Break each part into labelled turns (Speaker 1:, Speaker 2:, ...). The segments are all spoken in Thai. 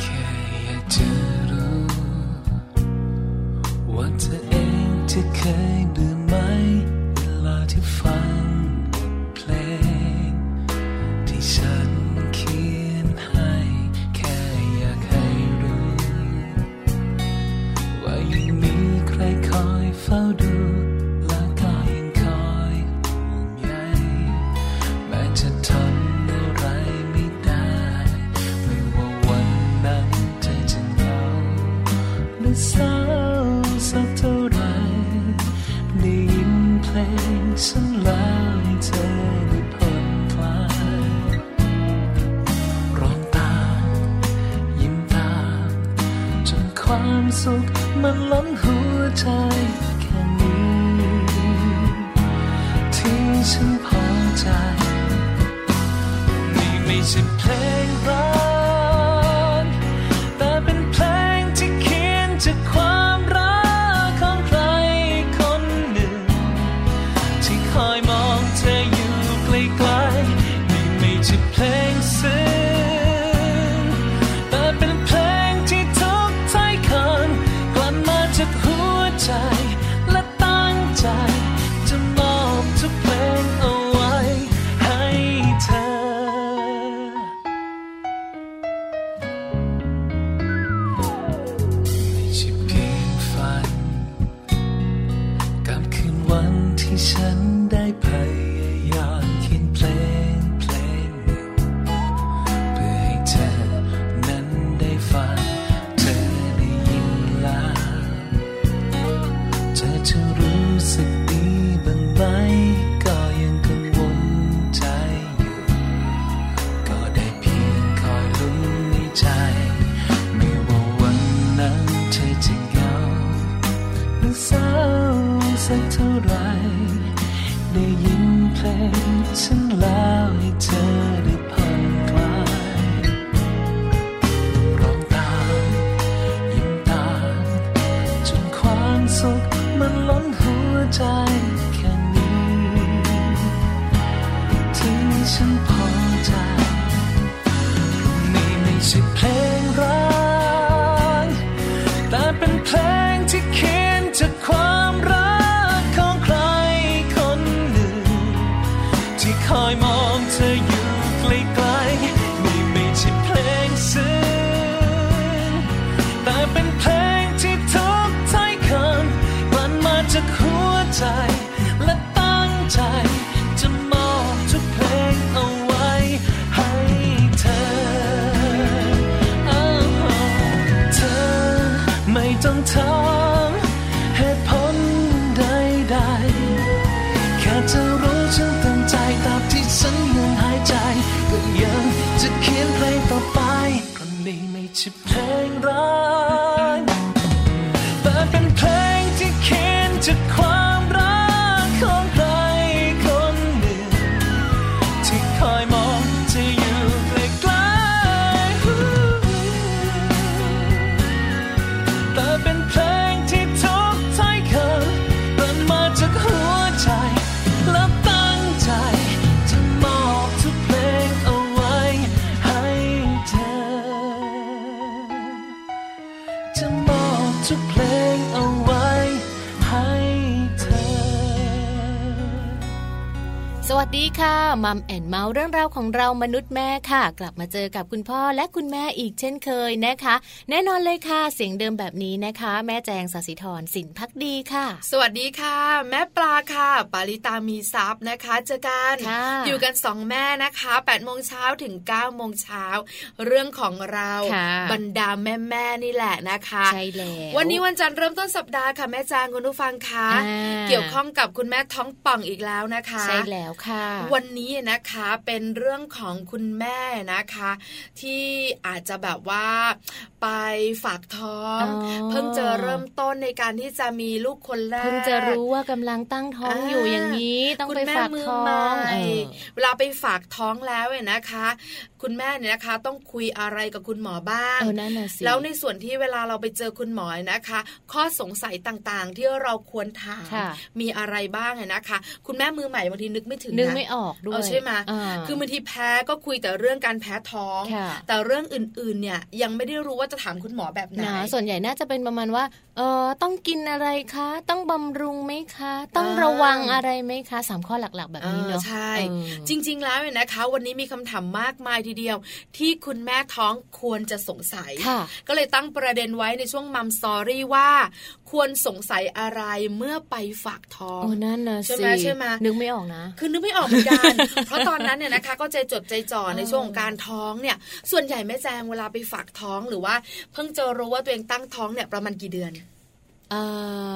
Speaker 1: แค่อยากจะรู้ ว่าเธอเองจะเคยเบื่อไหม เวลาที่ฟังบทเพลง ที่ฉันเขียนให้ แค่อยากให้รู้ ว่ายังมีใครคอยเฝ้าดู และก็ยังคอยห่วงใย แม้จะทำอะไรไม่ได้ ไม่ว่าวันนั้นเธอจะเหงาหรือเศร้าสักเท่าไหรได้ยินเพลงฉันแล้วให้เธอได้ผ่อนคลายร้องตามยิ้มตามจนความสุขมันล้นหัวใจแค่นี้ ที่ฉันพอใจ นี่ไม่ใช่เพลงรัก แต่เป็นเพลงที่เขียนจากความรักของใครคนหนึ่ง ที่คอยมองเธออยู่ไกลๆนี่ไม่ใช่เพลงซึ้งแต่เป็นเพลงที่ทุกท้ายคำกลั่นมาจากหัวใจ และตั้งใจ จะมอบทุกเพลงเอาไว้ให้เธอ ไม่ใช่เพียงฝัน กับคืนวันที่ฉันได้พยายามเขียนเพลงเพลงหนึ่งเพื่อให้เธอนั้นได้ฟัง เธอได้ยินแล้วเธอจะรู้สึกดีบ้างไหม ก็ยังกังวลใจอยู่ ก็ได้เพียงคอยลุ้นในใจ ไม่ว่าวันนั้นเธอจะเหงา หรือเศร้าสักเท่าไหรได้ยินเพลงฉันแล้วให้เธอได้ผ่อนคลายร้องตามยิ้มตามจนความสุขมันล้นหัวใจแค่นี้ ที่ฉันพอใจ นี่ไม่ใช่เพลงรัก แต่เป็นเพลงที่เขียนจากความรักของใครคนหนึ่ง ที่คอยมองเธออยู่ไกลๆนี่ไม่ใช่เพลงซึ้งแต่เป็นเพลงที่ทุกท้ายคำกลั่นมาจากหัวใจ และตั้งใจ จะมอบทุกเพลงเอาไว้ให้เธอ อ้าวเธอไม่ต้องถามเหตุผลใดๆ แค่เธอรู้ฉันตั้งใจตามที่ฉันยังหายใจ ก็ยังจะเขียนเพลงต่อไปเพราะนี่ไม่ใช่เพลงรัก แต่เป็นเพลงที่เขียนจากความรักของใครคนหนึ่ง ที่คอยมองเธออยู่ไกลๆแต่เป็นเพลงที่ทุกท้ายคำรันมาจากหัวใจ และตั้งใจ จะมอบทุกเพลงเอาไว้ให้เธอ จะมอบทุกเพลงเอาไว้ให้เธอ
Speaker 2: สวัสดีค่ะมัมแอนเมาส์เรื่องราวของเรามนุษย์แม่ค่ะ กลับมาเจอกับคุณพ่อและคุณแม่อีกเช่นเคยนะคะ แน่นอนเลยค่ะ เสียงเดิมแบบนี้นะคะ แม่แจงสศิธรสินพักดีค่ะ
Speaker 3: สวัสดีค่ะ แม่ปลาค่ะ ปาริตามีซับนะคะ เจอกัน
Speaker 2: ค่ะ
Speaker 3: อยู่กันสองแม่นะคะ8ปดโมงเช้าถึง9ก้าโมงเช้าเรื่องของเรา
Speaker 2: ค่ะ
Speaker 3: บรรดาแม่แม่ๆนี่แหละนะคะ
Speaker 2: ใช่แล้ว
Speaker 3: วันนี้วันจันทร์เริ่มต้นสัปดาห์ค่ะแม่จางคุณผู้ฟังคะ
Speaker 2: อ่า
Speaker 3: เกี่ยวข้องกับคุณแม่ท้องป่องอีกแล้วนะคะ
Speaker 2: ใช่แล้วค่ะ ค่ะ
Speaker 3: วันนี้นะคะเป็นเรื่องของคุณแม่นะคะ ที่อาจจะแบบว่าไปฝากท้อง
Speaker 2: อ๋อ
Speaker 3: เพิ่งจะเริ่มต้นในการที่จะมีลูกคนแรก
Speaker 2: เพิ่งจะรู้ว่ากำลังตั้งท้อง
Speaker 3: อ่า
Speaker 2: อยู่อย่างนี้ ต้อง
Speaker 3: คุณ
Speaker 2: ไป
Speaker 3: แม่
Speaker 2: ฝาก
Speaker 3: มือ
Speaker 2: ท้อ
Speaker 3: ให
Speaker 2: ง
Speaker 3: ม่
Speaker 2: เออ
Speaker 3: เวลาไปฝากท้องแล้วเนี่ยนะคะ คุณแม่เนี่ยนะคะ ต้องคุยอะไรกับคุณหมอบ้าง
Speaker 2: เออนั่นน่ะสิ
Speaker 3: แล้วในส่วนที่เวลาเราไปเจอคุณหมอนะคะ ข้อสงสัยต่างๆ ที่เราควรถาม
Speaker 2: ค่ะ
Speaker 3: มีอะไรบ้างเนี่ยนะคะ คุณแม่มือใหม่บางทีนึกไม่ถึง
Speaker 2: นึก
Speaker 3: นะ
Speaker 2: ไม่ออกด้ว
Speaker 3: เอา
Speaker 2: ย
Speaker 3: ใช่ไหม
Speaker 2: า
Speaker 3: คือบางทีแพ้ก็คุยแต่เรื่องการแพ้ท้อง
Speaker 2: ค่ะ
Speaker 3: แต่เรื่องอื่นๆ เนี่ยยังไม่ได้รู้ว่าจะถามคุณหมอแบบไหน
Speaker 2: นะส่วนใหญ่น่าจะเป็นประมาณว่าเออต้องกินอะไรคะ ต้องบำรุงไหมคะ ต้อง
Speaker 3: อ่า
Speaker 2: ระวังอะไรไหมคะสามข้อหลักๆ แบบนี้
Speaker 3: เอ
Speaker 2: เนาะ
Speaker 3: อใช่
Speaker 2: เออ
Speaker 3: จริง ๆ แล้วเนี่ยนะคะ วันนี้มีคำถามมากมายทีเดียว ที่คุณแม่ท้องควรจะสงสัย
Speaker 2: ค่ะ
Speaker 3: ก็เลยตั้งประเด็นไว้ในช่วงมัมสอรี่ว่า ควรสงสัยอะไรเมื่อไปฝากท้อง
Speaker 2: โอ้นั่นนะ
Speaker 3: ใช่
Speaker 2: สิ
Speaker 3: ไหมใช่ไหม
Speaker 2: นึกไม่ออกนะ
Speaker 3: คือนึกไม่ออกเหมือน กัน เพราะตอนนั้นเนี่ยนะคะ ก็ใจจดใจจ่อในช่วงของการท้องเนี่ย ส่วนใหญ่แม่แจงเวลาไปฝากท้องหรือว่า เพิ่งจะรู้ว่าตัวเองตั้งท้องเนี่ยประมาณกี่เดือน
Speaker 2: เอ่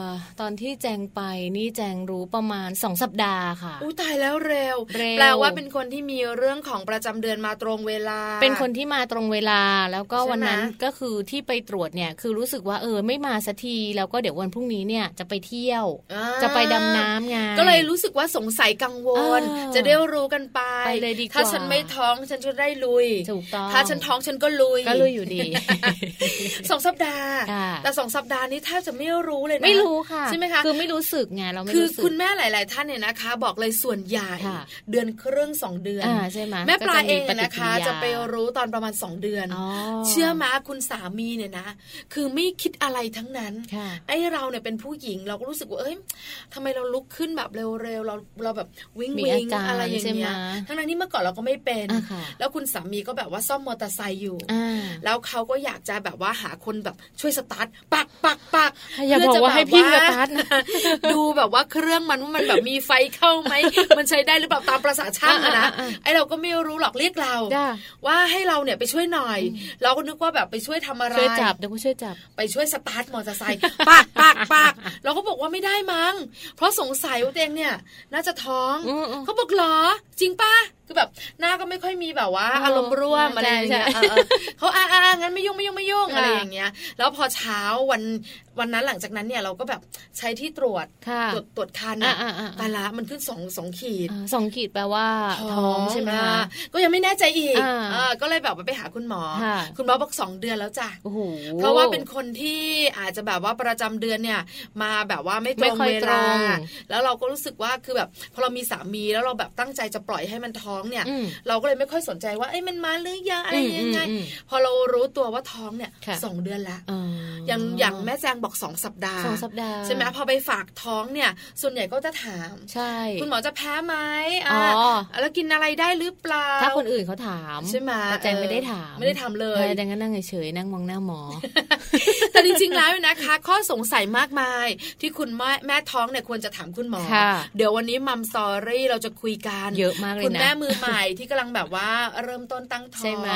Speaker 2: อตอนที่แจงไปนี่แจงรู้ประมาณสองสัปดาห์ค่ะ
Speaker 3: อู้ตายแล้วเร็ว
Speaker 2: เร็ว
Speaker 3: แปลว่าเป็นคนที่มีเรื่องของประจำเดือนมาตรงเวลา
Speaker 2: เป็นคนที่มาตรงเวลาแล้วก็
Speaker 3: ใช่ไหม
Speaker 2: วันนั้นก็คือที่ไปตรวจเนี่ยคือรู้สึกว่าเออไม่มาสักทีแล้วก็เดี๋ยววันพรุ่งนี้เนี่ยจะไปเที่ยว
Speaker 3: อ่า
Speaker 2: จะไปดำน้ำไง
Speaker 3: ก็เลยรู้สึกว่าสงสัยกังวล
Speaker 2: อ่า
Speaker 3: จะได้รู้กันไป
Speaker 2: ไปเลยดีกว่า
Speaker 3: ถ้าฉันไม่ท้องฉันจะได้ลุย
Speaker 2: ถูกต้อง
Speaker 3: ถ้าฉันท้องฉันก็ลุย
Speaker 2: ก็เลยอยู่ดี
Speaker 3: สองสัปดาห์
Speaker 2: ค่ะ
Speaker 3: แต่สองสัปดาห์นี้แทบจะไม่รู้เลยนะ
Speaker 2: ไม่รู้ค่ะ
Speaker 3: ใช่ไหมคะ
Speaker 2: คือไม่รู้สึกไงเราไม่
Speaker 3: คือ
Speaker 2: รู้สึก
Speaker 3: คุณแม่หลาย ๆ ท่านเนี่ยนะคะ บอกเลยส่วนใหญ่
Speaker 2: ค่ะ
Speaker 3: เดือนครึ่งสองเดือน
Speaker 2: อ่าใช่ไหม
Speaker 3: แม่ปลา
Speaker 2: ก็
Speaker 3: เอ
Speaker 2: มี
Speaker 3: งเนี่ยนะคะ
Speaker 2: ฏิกิริยา
Speaker 3: จะไปรู้ตอนประมาณสองเดือน
Speaker 2: อ๋อ
Speaker 3: เชื่อมาคุณสามีเนี่ยนะ คือไม่คิดอะไรทั้งนั้น
Speaker 2: ค่ะ
Speaker 3: ไอ้เราเนี่ยเป็นผู้หญิงเราก็รู้สึกว่าเอ้ยทำไมเราลุกขึ้นแบบเร็วๆเราเราแบบวิ่ง
Speaker 2: มี
Speaker 3: วิ
Speaker 2: อาง การ
Speaker 3: อะไรอย่าง
Speaker 2: ใช่ไหม
Speaker 3: เงี้ยทั้งนั้นที่เมื่อก่อนเราก็ไม่เป็น
Speaker 2: อ่าค่ะ
Speaker 3: แล้วคุณสามีก็แบบว่าซ่อมมอเตอร์ไซค์อยู่
Speaker 2: อ่า
Speaker 3: แล้วเขาก็อยากจะแบบว่าหาคนแบบช่วยสตาร์ทปักปักปัก
Speaker 2: อย่า
Speaker 3: เพื่
Speaker 2: บอก
Speaker 3: จะ
Speaker 2: ว่า
Speaker 3: แบบ
Speaker 2: ให้พี่สตาร์ทนะ
Speaker 3: ดูแบบว่าเครื่องมันว่ามันแบบมีไฟเข้าไหม มันใช้ได้หรือเปล่าตามประสาช่างอะนะ
Speaker 2: อ่าๆ
Speaker 3: ไอเราก็ไม่รู้หรอกเรียกเรา
Speaker 2: จ้า
Speaker 3: ว่าให้เราเนี่ยไปช่วยหน่อย เราก็นึกว่าแบบไปช่วยทำอะไร
Speaker 2: ช่วยจับเดี๋ยวก็ช่วยจับ
Speaker 3: ไปช่วยสตาร์ทมอเตอร์ไซค์ ปากปากปากเราก็บอกว่าไม่ได้มั้ง เพราะสงสัยว่าตัวเองเนี่ย น่าจะท้อง
Speaker 2: อืมอืม
Speaker 3: เขาบอกเหรอ จริงปะคือแบบหน้าก็ไม่ค่อยมีแบบว่า
Speaker 2: เอออ
Speaker 3: อารมณ์ร่วม
Speaker 2: ใช่
Speaker 3: อะไรอย่างเงี้ย
Speaker 2: ใช่
Speaker 3: เออเออเขาอ่าอ่างั้นไม่ยุ่งไม่ยุ่งไม่ยุ่ง
Speaker 2: ค่ะ
Speaker 3: อะไรอย่างเงี้ย แล้วพอเช้าวันวันนั้นหลังจากนั้นเนี่ยเราก็แบบใช้ที่ตรวจ
Speaker 2: ค่ะ
Speaker 3: ตรวจตรวจคัน
Speaker 2: อ่า
Speaker 3: อะ
Speaker 2: อ่าอ่า
Speaker 3: แต่ละมันขึ้นสองสองขีด
Speaker 2: อ่าสองขีดแปลว่าท้องใช่ไหมคะ
Speaker 3: อ่าก็ยังไม่แน่ใจอีก
Speaker 2: อ่า
Speaker 3: เออก็เลยแบบว่าไปหาคุณหมอ
Speaker 2: ค่ะ
Speaker 3: คุณหมอบอกสองเดือนแล้วจ้ะ
Speaker 2: โอ้โห
Speaker 3: เพราะว่าเป็นคนที่อาจจะแบบว่าประจำเดือนเนี่ย มาแบบว่าไม่ต
Speaker 2: ไม่
Speaker 3: รง
Speaker 2: ค่อย
Speaker 3: เว
Speaker 2: ตร
Speaker 3: ลาง แล้วเราก็รู้สึกว่าคือแบบพอเรามีสามีแล้วเราแบบตั้งใจจะปล่อยให้มันท้องเนี่ย
Speaker 2: อืม
Speaker 3: เราก็เลยไม่ค่อยสนใจว่าเอ้ยมันมาหรือยังอะไร
Speaker 2: อืม
Speaker 3: ยังไง
Speaker 2: อืมอืม
Speaker 3: พอเรารู้ตัวว่าท้องเนี่ย
Speaker 2: ค่ะ
Speaker 3: สองเดือนละ
Speaker 2: อ่
Speaker 3: อย่างอย่างแม่แจงบอกสองสัปดาห์
Speaker 2: สองสัปดาห์
Speaker 3: ใช่ไหมพอไปฝากท้องเนี่ย ส่วนใหญ่ก็จะถาม
Speaker 2: ใช่
Speaker 3: คุณหมอจะแพ้ไหม
Speaker 2: อ๋
Speaker 3: อ่า
Speaker 2: อ
Speaker 3: แล้วกินอะไรได้หรือเปล่า
Speaker 2: ถ้าคนอื่นเขาถาม
Speaker 3: ใช่ไหม
Speaker 2: แต่แจงไม่ได้ถาม
Speaker 3: ไม่ได้ถามเลย
Speaker 2: ใช่แจงก็นั่งเฉยๆนั่งมองหน้าหมอ
Speaker 3: แต่จริงๆ แล้วนะคะ ข้อสงสัยมากมาย ที่คุณแม่แม่ท้องเนี่ยควรจะถามคุณหมอ
Speaker 2: ค่ะ
Speaker 3: เดี๋ยววันนี้มัมซอรี่เราจะคุยกัน
Speaker 2: เยอะมากเลยนะ
Speaker 3: คุณแม่มือใหม่ที่กำลังแบบว่าเริ่มต้นตั้งท้อง
Speaker 2: ใช่ไหม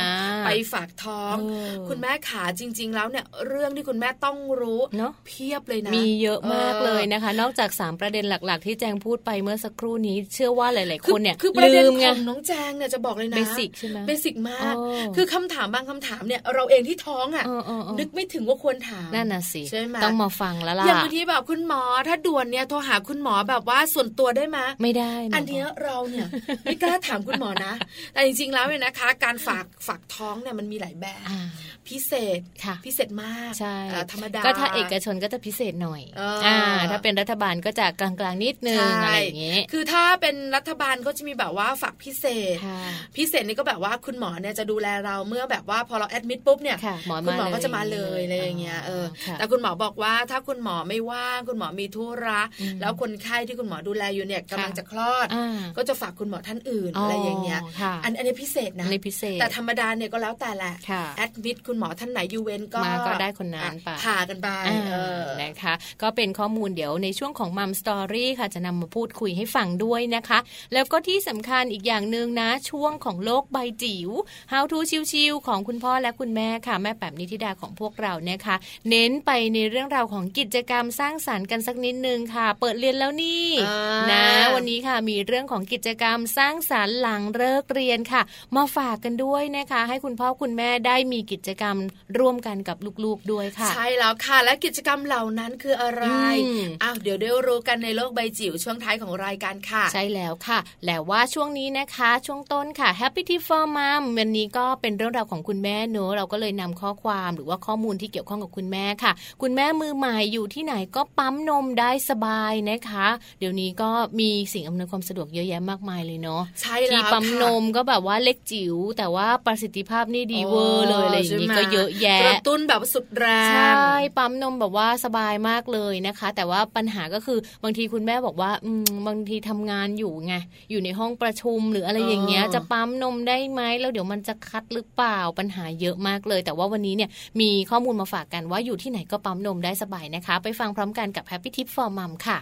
Speaker 3: ไปฝากท้อง
Speaker 2: เออ
Speaker 3: คุณแม่ขาจริง ๆ แล้วเนี่ยเรื่องที่คุณแม่ต้องรู้
Speaker 2: เนอะ
Speaker 3: เพียบเลยนะ
Speaker 2: มีเยอะมากเลยนะคะ นอกจาก 3 ประเด็นหลักๆ ที่แจงพูดไปเมื่อสักครู่นี้ เชื่อว่าหลาย ๆ
Speaker 3: อ
Speaker 2: คนเนี่ย
Speaker 3: คือประเด็น
Speaker 2: ลืม
Speaker 3: ข
Speaker 2: ไง
Speaker 3: องน้องแจงเนี่ยจะบอกเลยนะ
Speaker 2: เบสิกใช่ไหม
Speaker 3: เบสิกมาก
Speaker 2: โอ้
Speaker 3: คือคำถามบางคำถามเนี่ยเราเองที่ท้องอ่ะ
Speaker 2: เออเออเออ
Speaker 3: นึกไม่ถึงว่าควรถาม
Speaker 2: นั่นน่ะสิ
Speaker 3: ใช่ไหม
Speaker 2: ต้องมาฟังแล้วล่ะ
Speaker 3: อย่างบางทีแบบคุณหมอถ้าด่วนเนี่ยโทรหาคุณหมอแบบว่าส่วนตัวได้ไหม
Speaker 2: ไม่ได้ะ
Speaker 3: อันเนี้ยเราเนี่ยไม่กล้าถามคุณหมอนะ แต่จริงๆแล้วเนี่ยนะคะ การฝากฝากท้องเนี่ยมันมีหลายแบบ
Speaker 2: อ่า
Speaker 3: พิเศษ
Speaker 2: ค่ะ
Speaker 3: พิเศษมาก
Speaker 2: ใช่
Speaker 3: เอ่อธรรมดา
Speaker 2: ก็ถ้าเอกชนก็จะพิเศษหน่อย
Speaker 3: เอออ่
Speaker 2: ถ้าเป็นรัฐบาลก็จะกลางๆนิดนึง
Speaker 3: ใช่
Speaker 2: อะไรอย่างเงี้ย
Speaker 3: คือถ้าเป็นรัฐบาลก็จะมีแบบว่าฝากพิเศษ
Speaker 2: ค่ะ
Speaker 3: พิเศษนี่ก็แบบว่าคุณหมอเนี่ยจะดูแลเราเมื่อแบบว่าพอเราแอดมิดปุ๊บเนี่ย
Speaker 2: ค่ะหมอ
Speaker 3: คุณหมอ
Speaker 2: เลย
Speaker 3: ก็จะมาเลยอะไรอย่างเงี้ยเออ
Speaker 2: ค่ะ
Speaker 3: แต่คุณหมอบอกว่าถ้าคุณหมอไม่ว่างคุณหมอมีธุระ
Speaker 2: อืม
Speaker 3: แล้วคนไข้ที่คุณหมอดูแลอยู่เนี่ยกำลัง
Speaker 2: ค่ะ
Speaker 3: จะคลอด
Speaker 2: อ่า
Speaker 3: ก็จะฝากคุณหมอท่านอื่นอะไรอย่างเงี้ย
Speaker 2: ค่ะ
Speaker 3: อันอันนี้พิเศษ
Speaker 2: อั
Speaker 3: นะ
Speaker 2: นนี้พิเศษ
Speaker 3: แต่ธรรมดาเนี่ยก็แล้วแต่แหละ
Speaker 2: ค่ะ
Speaker 3: แอดมิดคุณหมอท่านไหนยูเวนก็
Speaker 2: มาก็ได้คนนั้น
Speaker 3: อ่ะ
Speaker 2: ไป
Speaker 3: ผ่ากันไป
Speaker 2: อ่
Speaker 3: เออ
Speaker 2: นะคะ ก็เป็นข้อมูลเดี๋ยวในช่วงของมัมสตอรี่ค่ะจะนำมาพูดคุยให้ฟังด้วยนะคะ แล้วก็ที่สำคัญอีกอย่างหนึ่งนะ ช่วงของโลกใบจิ๋ว How to ชิวๆของคุณพ่อและคุณแม่ค่ะแม่แป๋มนิธิดาของพวกเรานะคะ เน้นไปในเรื่องราวของกิจกรรมสร้างสารรค์กันสักนิดนึงค่ะ เปิดเรียนแล้วนี่
Speaker 3: อ่าน
Speaker 2: นะวันนี้ค่ะมีเรื่องของกิจกรรมสร้างสารรค์หลังเลิกเรียนค่ะ มาฝากกันด้วยนะคะ ให้คุณพ่อคุณแม่ได้มีกิจกรรมร่วมกันกับลูกๆด้วยค่ะ
Speaker 3: ใช่แล้วค่ะ และกิจกรรมเหล่านั้นคืออะไร
Speaker 2: อืม
Speaker 3: อ้าวเดี๋ยวได้รู้กันในโลกใบจิ๋วช่วงท้ายของรายการค่ะ
Speaker 2: ใช่แล้วค่ะ แล้วว่าช่วงนี้นะคะ ช่วงต้นค่ะ Happy Tip for Mom วันนี้ก็เป็นเรื่องราวของคุณแม่เนอะเราก็เลยนำข้อความหรือว่าข้อมูลที่เกี่ยวข้องกับคุณแม่ค่ะ คุณแม่มือใหม่อยู่ที่ไหนก็ปั๊มนมได้สบายนะคะ เดี๋ยวนี้ก็มีสิ่งอำนวยความสะดวกเยอะแยะมากมายเลยเนาะ
Speaker 3: ใช่
Speaker 2: ที่
Speaker 3: แล้ว
Speaker 2: ปั๊ม
Speaker 3: ค่ะ
Speaker 2: นมก็แบบว่าเล็กจิ๋วแต่ว่าประสิทธิภาพนี่ดีเวอร์เลยอะไรอย่างนี้
Speaker 3: ใช่ไหม
Speaker 2: ก็เยอะแยะ
Speaker 3: กระตุ้นแบบสุดแร
Speaker 2: ใช
Speaker 3: ง
Speaker 2: ่ ปั๊มนมแบบว่าสบายมากเลยนะคะ แต่ว่าปัญหาก็คือบางทีคุณแม่บอกว่าอืมบางทีทำงานอยู่ไงอยู่ในห้องประชุมหรืออะไรอย่างเงี้ย
Speaker 3: เออ
Speaker 2: จะปั๊มนมได้ไหมแล้วเดี๋ยวมันจะคัดหรือเปล่าปัญหาเยอะมากเลย แต่ว่าวันนี้เนี่ยมีข้อมูลมาฝากกันว่าอยู่ที่ไหนก็ปั๊มนมได้สบายนะคะ ไปฟังพร้อมกันกับ Happy Tip for Mom ค่ะ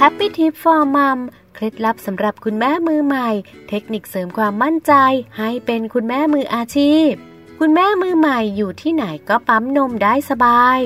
Speaker 4: Happy Tip for Mom เคล็ดลับสำหรับคุณแม่มือใหม่ เทคนิคเสริมความมั่นใจ ให้เป็นคุณแม่มืออาชีพ คุณแม่มือใหม่อยู่ที่ไหนก็ปั๊มนมได้สบาย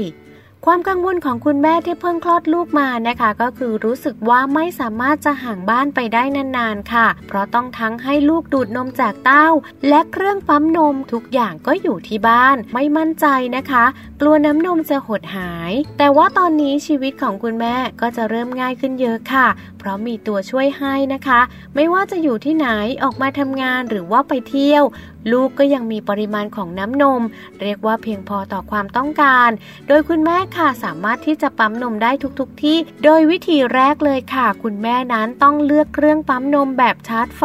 Speaker 4: ความกังวลของคุณแม่ที่เพิ่งคลอดลูกมานะคะ ก็คือรู้สึกว่าไม่สามารถจะห่างบ้านไปได้นานๆค่ะ เพราะต้องทั้งให้ลูกดูดนมจากเต้า และเครื่องปั๊มนมทุกอย่างก็อยู่ที่บ้าน ไม่มั่นใจนะคะ กลัวน้ำนมจะหดหาย แต่ว่าตอนนี้ชีวิตของคุณแม่ก็จะเริ่มง่ายขึ้นเยอะค่ะ เพราะมีตัวช่วยให้นะคะ ไม่ว่าจะอยู่ที่ไหนออกมาทำงานหรือว่าไปเที่ยว ลูกก็ยังมีปริมาณของน้ำนม เรียกว่าเพียงพอต่อความต้องการ โดยคุณแม่ค่ะสามารถที่จะปั๊มนมได้ทุกๆที่ โดยวิธีแรกเลยค่ะ คุณแม่นั้นต้องเลือกเครื่องปั๊มนมแบบชาร์จไฟ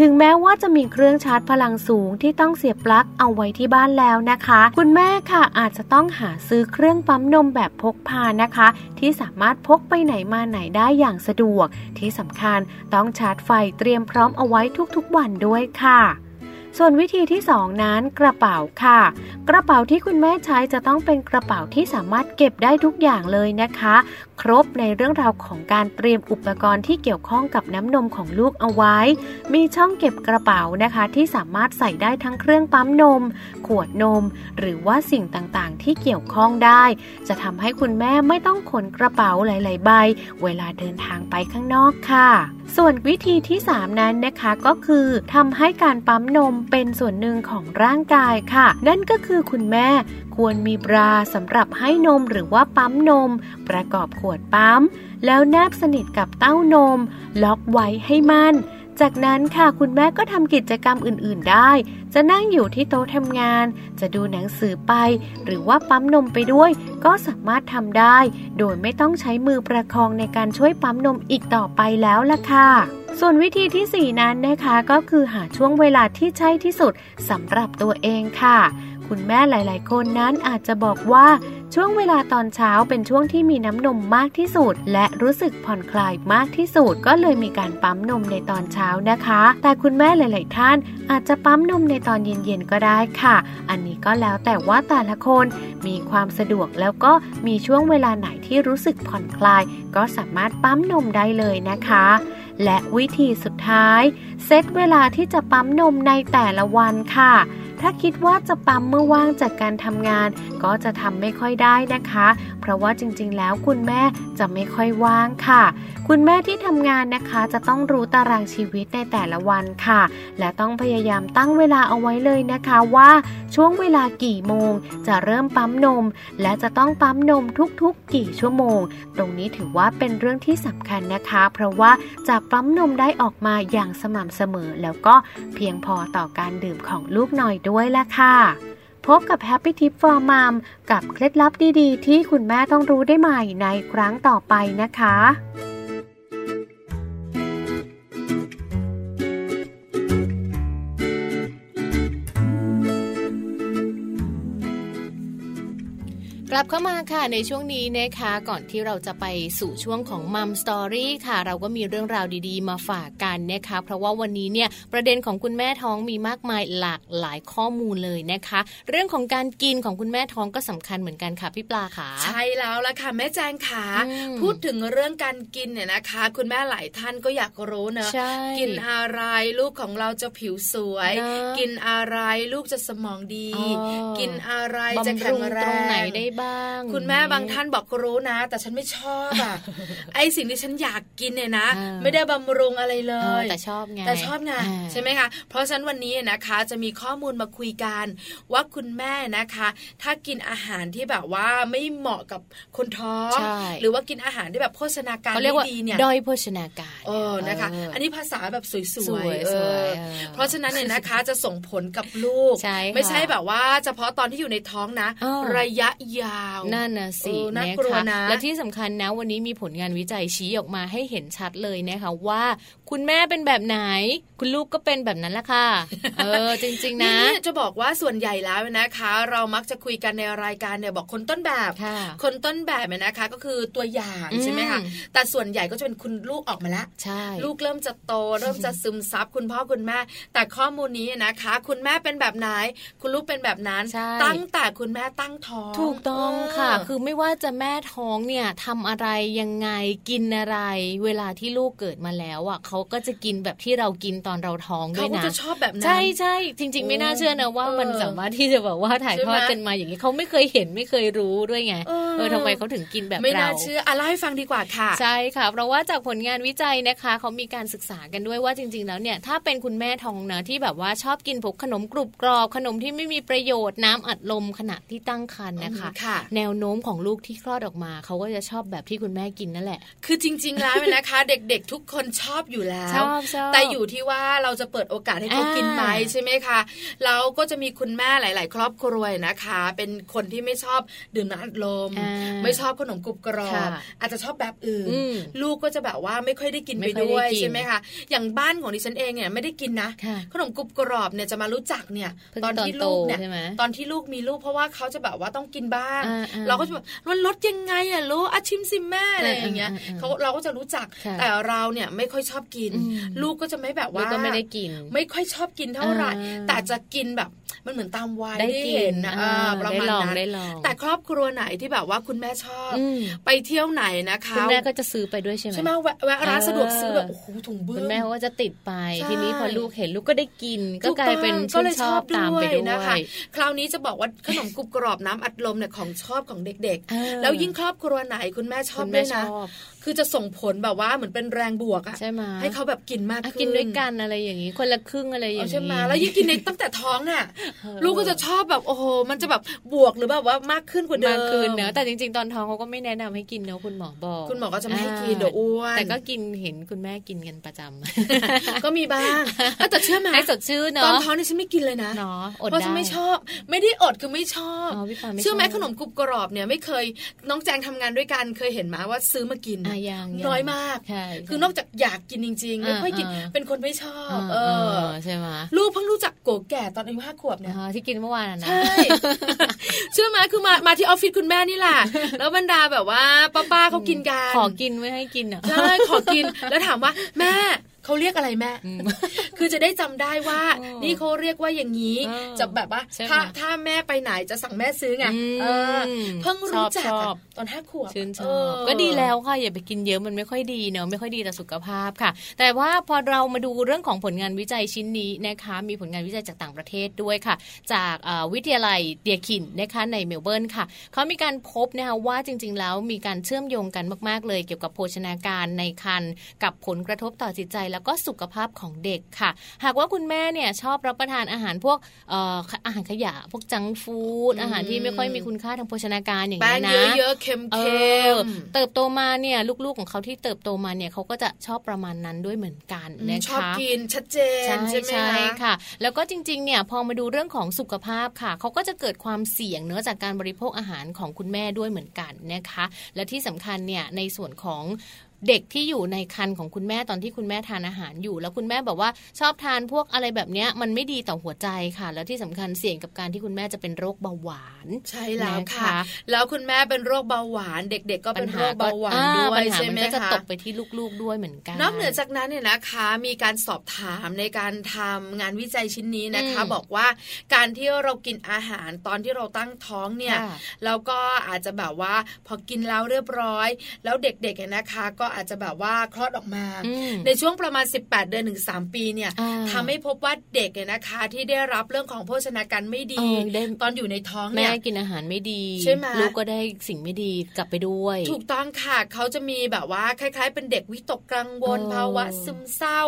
Speaker 4: ถึงแม้ว่าจะมีเครื่องชาร์จพลังสูงที่ต้องเสียบปลั๊กเอาไว้ที่บ้านแล้วนะคะ คุณแม่ค่ะอาจจะต้องหาซื้อเครื่องปั๊มนมแบบพกพานะคะ ที่สามารถพกไปไหนมาไหนได้อย่างสะดวก ที่สำคัญต้องชาร์จไฟเตรียมพร้อมเอาไว้ทุกๆวันด้วยค่ะ ส่วนวิธีที่สองนั้นกระเป๋าค่ะ กระเป๋าที่คุณแม่ใช้จะต้องเป็นกระเป๋าที่สามารถเก็บได้ทุกอย่างเลยนะคะ ครบในเรื่องราวของการเตรียมอุปกรณ์ที่เกี่ยวข้องกับน้ำนมของลูกเอาไว้ มีช่องเก็บกระเป๋านะคะ ที่สามารถใส่ได้ทั้งเครื่องปั๊มนม ขวดนม หรือว่าสิ่งต่างๆ ที่เกี่ยวข้องได้ จะทำให้คุณแม่ไม่ต้องขนกระเป๋าหลาย ๆ ใบ เวลาเดินทางไปข้างนอกค่ะ ส่วนวิธีที่ 3 นั้นนะคะก็คือทำให้การปั๊มนมเป็นส่วนหนึ่งของร่างกายค่ะ นั่นก็คือคุณแม่ควรมีบราสำหรับให้นมหรือว่าปั๊มนม ประกอบขวดปั๊ม แล้วแนบสนิทกับเต้านม ล็อกไว้ให้มั่น จากนั้นค่ะคุณแม่ก็ทำกิจกรรมอื่น ๆ ได้ จะนั่งอยู่ที่โต๊ะทำงาน จะดูหนังสือไป หรือว่าปั๊มนมไปด้วย ก็สามารถทำได้ โดยไม่ต้องใช้มือประคองในการช่วยปั๊มนมอีกต่อไปแล้วล่ะค่ะ ส่วนวิธีที่ 4 นั้นนะคะ ก็คือหาช่วงเวลาที่ใช่ที่สุดสำหรับตัวเองค่ะ คุณแม่หลาย ๆ คนนั้นอาจจะบอกว่าช่วงเวลาตอนเช้าเป็นช่วงที่มีน้ำนมมากที่สุด และรู้สึกผ่อนคลายมากที่สุด ก็เลยมีการปั๊มนมในตอนเช้านะคะ แต่คุณแม่หลาย ๆ ท่านอาจจะปั๊มนมในตอนเย็น ๆ ก็ได้ค่ะ อันนี้ก็แล้วแต่ว่าแต่ละคน มีความสะดวกแล้วก็มีช่วงเวลาไหนที่รู้สึกผ่อนคลาย ก็สามารถปั๊มนมได้เลยนะคะ และวิธีสุดท้าย เซตเวลาที่จะปั๊มนมในแต่ละวันค่ะ ถ้าคิดว่าจะปั๊มเมื่อว่างจากการทำงาน ก็จะทำไม่ค่อยได้นะคะ เพราะว่าจริงๆ แล้วคุณแม่จะไม่ค่อยว่างค่ะ คุณแม่ที่ทำงานนะคะ จะต้องรู้ตารางชีวิตในแต่ละวันค่ะ และต้องพยายามตั้งเวลาเอาไว้เลยนะคะว่าช่วงเวลากี่โมง จะเริ่มปั๊มนม และจะต้องปั๊มนมทุกๆ กี่ชั่วโมง ตรงนี้ถือว่าเป็นเรื่องที่สำคัญนะคะ เพราะว่าจะปั๊มนมได้ออกมาอย่างสม่ำเสมอ แล้วก็เพียงพอต่อการดื่มของลูกน้อยด้วยล่ะค่ะ พบกับ Happy Tip for Mom กับเคล็ดลับดีๆ ที่คุณแม่ต้องรู้ได้ใหม่ในครั้งต่อไปนะคะ
Speaker 2: ก ลับเข้ามาค่ะในช่วงนี้นะคะ ก่อนที่เราจะไปสู่ช่วงของมัมสตอรี่ค่ะ เราก็มีเรื่องราวดีๆ มาฝากกันนะคะ เพราะว่าวันนี้เนี่ยประเด็นของคุณแม่ท้องมีมากมายหลากหลายข้อมูลเลยนะคะ เรื่องของการกินของคุณแม่ท้องก็สำคัญเหมือนกันค่ะพี่ปลาค่ะ
Speaker 3: ใช่แล้วละค่ะแม่แจงขา
Speaker 2: อืม
Speaker 3: พูดถึงเรื่องการกินเนี่ยนะคะ คุณแม่หลายท่านก็อยากรู้เนอะ
Speaker 2: ใช่
Speaker 3: กินอะไรลูกของเราจะผิวสวย
Speaker 2: เนอะ
Speaker 3: กินอะไรลูกจะสมองดี
Speaker 2: อ๋อ
Speaker 3: กินอะไรจะ
Speaker 2: บำ
Speaker 3: แข็
Speaker 2: รุ
Speaker 3: ง
Speaker 2: ง
Speaker 3: แร
Speaker 2: ตรงไหน
Speaker 3: ง
Speaker 2: ได้บ้าง
Speaker 3: คุณแม่บางท่านบอกรู้นะ แต่ฉันไม่ชอบ อะ ไอสิ่งที่ฉันอยากกินเนี่ยนะ
Speaker 2: อ่า
Speaker 3: ไม่ได้บำรุงอะไรเล
Speaker 2: เออย แต่ชอบไง
Speaker 3: แต่ชอบไง
Speaker 2: า
Speaker 3: ใช่ไหมคะ เพราะฉะนั้นวันนี้นะคะจะมีข้อมูลมาคุยกัน ว่าคุณแม่นะคะ ถ้ากินอาหารที่แบบว่าไม่เหมาะกับคนท้อง
Speaker 2: ใช่
Speaker 3: หรือว่ากินอาหารที่แบบโภชนาการ
Speaker 2: เขาเรียกว่า
Speaker 3: ไม่ดีเนี่ย
Speaker 2: ด้อยโภชนาการ
Speaker 3: เออนะคะ
Speaker 2: เ
Speaker 3: อันนี้ภาษาแบบสวยๆ
Speaker 2: สวย
Speaker 3: เอ
Speaker 2: สวย
Speaker 3: อ
Speaker 2: เออ
Speaker 3: เพราะฉะนั้นเนี่ยนะคะจะส่งผลกับลูก
Speaker 2: ใช่ค่ะ
Speaker 3: ไม่ใช่แบบว่าเฉพาะตอนที่อยู่ในท้องนะ
Speaker 2: เออ
Speaker 3: ระยะยาว
Speaker 2: นั่นนะสิ
Speaker 3: เออน่า
Speaker 2: ะคะ
Speaker 3: กลัวนะ
Speaker 2: และที่สำคัญนะวันนี้มีผลงานวิจัยชี้ออกมาให้เห็นชัดเลยนะคะว่า คุณแม่เป็นแบบไหน คุณลูกก็เป็นแบบนั้นละ ค่ะ เออ จริง ๆ นะ
Speaker 3: นี่จะบอกว่าส่วนใหญ่แล้วนะคะ เรามักจะคุยกันในรายการเนี่ยบอกคนต้นแบบ
Speaker 2: ค่ะ
Speaker 3: คนต้นแบบเนี่ยนะคะก็คือตัวอย่าง
Speaker 2: อืม
Speaker 3: ใช่ไหมคะแต่ส่วนใหญ่ก็จะเป็นคุณลูกออกมาแล้ว
Speaker 2: ใช่
Speaker 3: ลูกเริ่มจะโต เริ่มจะซึมซับคุณพ่อคุณแม่ แต่ข้อมูลนี้นะคะ คุณแม่เป็นแบบไหน คุณลูกเป็นแบบนั้น
Speaker 2: ใช่
Speaker 3: ตั้งแต่คุณแม่ตั้งท้อง
Speaker 2: ถูกต้อง
Speaker 3: เ
Speaker 2: ค่ะ คือไม่ว่าจะแม่ท้องเนี่ยทำอะไรยังไงกินอะไร เวลาที่ลูกเกิดมาแล้วอ่ะเขาก็จะกินแบบที่เรากินตอนเราท้องด้
Speaker 3: เขา
Speaker 2: วย
Speaker 3: ก็
Speaker 2: นะ
Speaker 3: จะชอบแบบนั้น
Speaker 2: ใช่ใช่จริง ๆ ไม่น่าเชื่อนะว่า
Speaker 3: เออ
Speaker 2: มันสามารถที่จะแบบว่าถ่ายทอด
Speaker 3: ใช่ไหม
Speaker 2: กันมาอย่างนี้เขาไม่เคยเห็นไม่เคยรู้ด้วยไง
Speaker 3: เออ
Speaker 2: ทำไมเขาถึงกินแบบ
Speaker 3: ไม่
Speaker 2: เรา
Speaker 3: น่าเชื่ออ่ะเล่าให้ฟังดีกว่าค่ะ
Speaker 2: ใช่ค่ะ เพราะว่าจากผลงานวิจัยนะคะเขามีการศึกษากันด้วยว่าจริง ๆ แล้วเนี่ยถ้าเป็นคุณแม่ท้องนะที่แบบว่าชอบกินพวกขนมกรุบกรอบขนมที่ไม่มีประโยชน์น้ำอัดลมขณะที่ตั้งครรภ์นะคะ
Speaker 3: อืมค่ะ
Speaker 2: แนวโน้มของลูกที่คลอดออกมาเขาก็จะชอบแบบที่คุณแม่กินนั่นแหละ
Speaker 3: คือจริง ๆ แล้วเนี่ยนะคะ เด็กๆ ทุกคนชอบอยู่แล้ว
Speaker 2: ชอบชอบ
Speaker 3: แต่อยู่ที่ว่าเราจะเปิดโอกาสให้เขา
Speaker 2: อ่า
Speaker 3: กินไหมใช่ไหมคะแล้วก็จะมีคุณแม่หลาย ๆ ครอบครัวนะคะ เป็นคนที่ไม่ชอบดื่มน้ำอัดลม
Speaker 2: อ่า
Speaker 3: ไม่ชอบขนมกรุบกรอ
Speaker 2: ค่ะ
Speaker 3: บอาจจะชอบแบบอื่น
Speaker 2: อืม
Speaker 3: ลูกก็จะแบบว่าไม่ค่อยได้กิน
Speaker 2: ไม่ค่อย
Speaker 3: ไป
Speaker 2: ได้
Speaker 3: ด้วย
Speaker 2: กิน
Speaker 3: ใช่ไหมคะอย่างบ้านของดิฉันเองเนี่ยไม่ได้กินนะ
Speaker 2: ค่ะ
Speaker 3: ขนมกรุบกรอบเนี่ยจะมารู้จักเนี่ย
Speaker 2: เพิ่งตอน
Speaker 3: ที่
Speaker 2: โต
Speaker 3: ลูกเนี่ย
Speaker 2: ใช่ไหม
Speaker 3: ตอนที่ลูกมีลูกเพราะว่าเขาจะแบบว่าต้องกินบ้าง
Speaker 2: อ่าอ่า
Speaker 3: เราก็จะแบบมันลดยังไงอะลูกอะชิมสิแม่อะไรอย่างเงี้ย
Speaker 2: อ่าอ่าอ่า
Speaker 3: เขา เราก็จะรู้จัก
Speaker 2: ค่ะ
Speaker 3: แต่เราเนี่ยไม่ค่อยชอบกิน
Speaker 2: อืม
Speaker 3: ลูกก็จะไม่แบบ
Speaker 2: ลู
Speaker 3: ว่าก
Speaker 2: ก็ไม่ได้กิน
Speaker 3: ไม่ค่อยชอบกินเท่าไหร่
Speaker 2: อ่า
Speaker 3: แต่จะกินแบบมันเหมือนตามวัย
Speaker 2: ได้
Speaker 3: ได้
Speaker 2: กิ
Speaker 3: เห็
Speaker 2: น
Speaker 3: นนะ
Speaker 2: อ่า
Speaker 3: อ่าประ
Speaker 2: ได้
Speaker 3: มาณ
Speaker 2: ลอง
Speaker 3: นั้น
Speaker 2: ได้ลอง
Speaker 3: แต่ครอบครัวไหนที่แบบว่าคุณแม่ชอบ
Speaker 2: อืม
Speaker 3: ไปเที่ยวไหนนะคะ
Speaker 2: คุณแม่ก็จะซื้อไปด้วยใช่ไหม
Speaker 3: ใช่ไหมแวะแวะร้าน
Speaker 2: เออ
Speaker 3: สะดวกซื้อแบบโอ้โหถุงเบื้
Speaker 2: คุ
Speaker 3: อ
Speaker 2: ณ
Speaker 3: ง
Speaker 2: แม่เขาก็จะติดไป
Speaker 3: ใช่
Speaker 2: ทีนี้พอลูกเห็นลูกก็ได้กิน ก็กลายเป็น
Speaker 3: ถู
Speaker 2: ชื่นชอบตามไปด้ว
Speaker 3: นะคะ
Speaker 2: ย
Speaker 3: คราวนี้จะบอกว่าขนมกรุบกรอบน้ำอัดลมเนี่ยของชอบของเด็ก
Speaker 2: เออ
Speaker 3: ๆ แล้วยิ่งครอบครัวไหนคุณแม่ชอบ
Speaker 2: คุณ
Speaker 3: ด้
Speaker 2: แม่
Speaker 3: วย
Speaker 2: ช
Speaker 3: นะ
Speaker 2: อบ
Speaker 3: คือจะส่งผลแบบว่าเหมือนเป็นแรงบวกอะ
Speaker 2: ใช่ไหม
Speaker 3: ให้เขาแบบกินมาก
Speaker 2: อ่ะ
Speaker 3: ขึ้น
Speaker 2: กินด้วยกันอะไรอย่างนี้ คนละครึ่งอะไรอย่าง
Speaker 3: เอา
Speaker 2: นี้
Speaker 3: ใช่ไหมแล้วยิ่งกินในตั้งแต่ท้องน่ะ
Speaker 2: เออ
Speaker 3: ลูกก็จะชอบแบบโอ้โห มันจะแบบบวกหรือแบบว่ามากขึ้นกว่าเดิ
Speaker 2: มาก
Speaker 3: ม
Speaker 2: ขึ้นเนอะแต่จริง ๆ ตอนท้องเขาก็ไม่แนะนำให้กินเนอะคุณหมอบอก
Speaker 3: คุณหมอก็จะไม่ให้
Speaker 2: า
Speaker 3: กินเดี๋ยวอ้วน
Speaker 2: แต่ก็กินเห็นคุณแม่กินกันประจำ
Speaker 3: ก็มี บ้างเอ้าแต่เชื่อไหม
Speaker 2: ให้สดชื่นเน
Speaker 3: ตอน
Speaker 2: อะ
Speaker 3: ท้องนี่ฉันไม่กินเลยนะ
Speaker 2: เนาะอด
Speaker 3: เพราะ
Speaker 2: ได้
Speaker 3: ฉันไม่ชอบ ไม่ได้อดคือไม่ชอบ
Speaker 2: อ๋อพี่ปาไม่
Speaker 3: เชื่อไหม
Speaker 2: ชอบ
Speaker 3: ขนมกรุบกรอบเนี่ยไม่เคยน้องแจงทำงานด้วยกันเคยเห็นไหมาว่าซื้อมากิน
Speaker 2: อ่ะยังยัง
Speaker 3: น้อยมาก
Speaker 2: ใช่
Speaker 3: คือนอกจากอยากกินจริง ๆ ไม่ค่อยกิน
Speaker 2: อ่าอ่า
Speaker 3: เป็นคนไม่ชอบ
Speaker 2: อ่า
Speaker 3: เออ
Speaker 2: ใช่ไหม
Speaker 3: ลูกเพิ่งรู้จักโกแก่ตอนอายุห้าขวบเนี่ย
Speaker 2: อ๋อที่กินเมื่อวานอะนะ
Speaker 3: ใช่ เชื่อไหมคือมามาที่ออฟฟิศคุณแม่นี่แหละแล้วบรรดาแบบว่าป้าป้าๆเขากินกัน
Speaker 2: ขอกินไม่ให้กินอ่ะ
Speaker 3: ใช่ขอกินแล้วถามว่า แม่เขาเรียกอะไรแม่ คือจะได้จำได้ว่า
Speaker 2: อ๋อ
Speaker 3: นี่เขาเรียกว่าอย่างนี้
Speaker 2: อ๋อ
Speaker 3: จะแบบว่า
Speaker 2: ใช่ไหม
Speaker 3: ถ้าถ้าแม่ไปไหนจะสั่งแม่ซื้อไง
Speaker 2: อืม
Speaker 3: เออเพิ่งรู้จัก
Speaker 2: ชอบชอบ
Speaker 3: ตอนห้าขวบ
Speaker 2: ชื่นช
Speaker 3: เอ
Speaker 2: อ
Speaker 3: อ
Speaker 2: บก็ดีแล้วค่ะอย่าไปกินเยอะมันไม่ค่อยดีเนอะไม่ค่อยดีต่อสุขภาพค่ะ แต่ว่าพอเรามาดูเรื่องของผลงานวิจัยชิ้นนี้นะคะ มีผลงานวิจัยจากต่างประเทศด้วยค่ะ จากเอ่อวิทยาลัยเดียคินนะคะในเมลเบิร์นค่ะเขามีการพบนะคะว่าจริง ๆ แล้วมีการเชื่อมโยงกันมาก ๆ เลยเกี่ยวกับโภชนาการในครรภ์กับผลกระทบต่อจิตใจแล้วก็สุขภาพของเด็กค่ะ หากว่าคุณแม่เนี่ยชอบรับประทานอาหารพวกเอ่ออาหารขยะ พวกจังฟู้ดอาหารที่ไม่ค่อยมีคุณค่าทางโภชนาการอย่าง
Speaker 3: แป้
Speaker 2: นี้
Speaker 3: ง
Speaker 2: ยนะ
Speaker 3: เยอะๆเค็มๆ
Speaker 2: เออเติบโตมาเนี่ยลูกๆของเขาที่เติบโตมาเนี่ยเขาก็จะชอบประมาณนั้นด้วยเหมือนกันนะคะ
Speaker 3: ชอบกินชัดเจน
Speaker 2: ใช่
Speaker 3: ใช่ไหม
Speaker 2: ใช่
Speaker 3: คะ
Speaker 2: ค่ะ แล้วก็จริงๆเนี่ยพอมาดูเรื่องของสุขภาพค่ะเขาก็จะเกิดความเสี่ยงเนื้อะจากการบริโภคอาหารของคุณแม่ด้วยเหมือนกันนะคะ และที่สำคัญเนี่ยในส่วนของ เด็กที่อยู่ในคันของคุณแม่ตอนที่คุณแม่ทานอาหารอยู่ แล้วคุณแม่บอกว่าชอบทานพวกอะไรแบบเนี้ยมันไม่ดีต่อหัวใจค่ะ แล้วที่สำคัญเสี่ยงกับการที่คุณแม่จะเป็นโรคเบาหวาน
Speaker 3: ใช่แล้วค่ะ
Speaker 2: นะคะ
Speaker 3: แล้วคุณแม่เป็นโรคเบาหวาน เด็ก ๆ ก็เป็นโรคเบาหวาน
Speaker 2: อ่
Speaker 3: ด้ว
Speaker 2: ปั
Speaker 3: ย
Speaker 2: ญหา
Speaker 3: ใช่
Speaker 2: มั
Speaker 3: ไหม
Speaker 2: ก็จะ
Speaker 3: คะ
Speaker 2: ตกไปที่ลูกๆด้วยเหมือนกัน
Speaker 3: นอกเหนือจากนั้นเนี่ยนะคะมีการสอบถามในการทำงานวิจัยชิ้นนี้นะคะ
Speaker 2: อืม
Speaker 3: บอกว่าการที่เรากินอาหารตอนที่เราตั้งท้องเนี่ย
Speaker 2: ค่ะ
Speaker 3: แล้วก็อาจจะแบบว่าพอกินแล้วเรียบร้อย แล้วเด็กๆเนี่ยนะคะ ก็อาจจะแบบว่าคลอดออกมา
Speaker 2: อืม
Speaker 3: ในช่วงประมาณ 18 เดือนถึง3ปีเนี่ย
Speaker 2: อ่า
Speaker 3: ทำให้พบว่าเด็กเนี่ยนะคะ ที่ได้รับเรื่องของโภชนาการไม่ดี
Speaker 2: เออได้
Speaker 3: ตอนอยู่ในท้อง
Speaker 2: แม่
Speaker 3: เนี่ย
Speaker 2: กินอาหารไม่ดี
Speaker 3: ใช่ไหม
Speaker 2: ลูกก็ได้สิ่งไม่ดีกลับไปด้วย
Speaker 3: ถูกต้องค่ะเขาจะมีแบบว่าคล้าย ๆ เป็นเด็กวิตกกังวล
Speaker 2: เออ
Speaker 3: ภาวะซึมเศร้า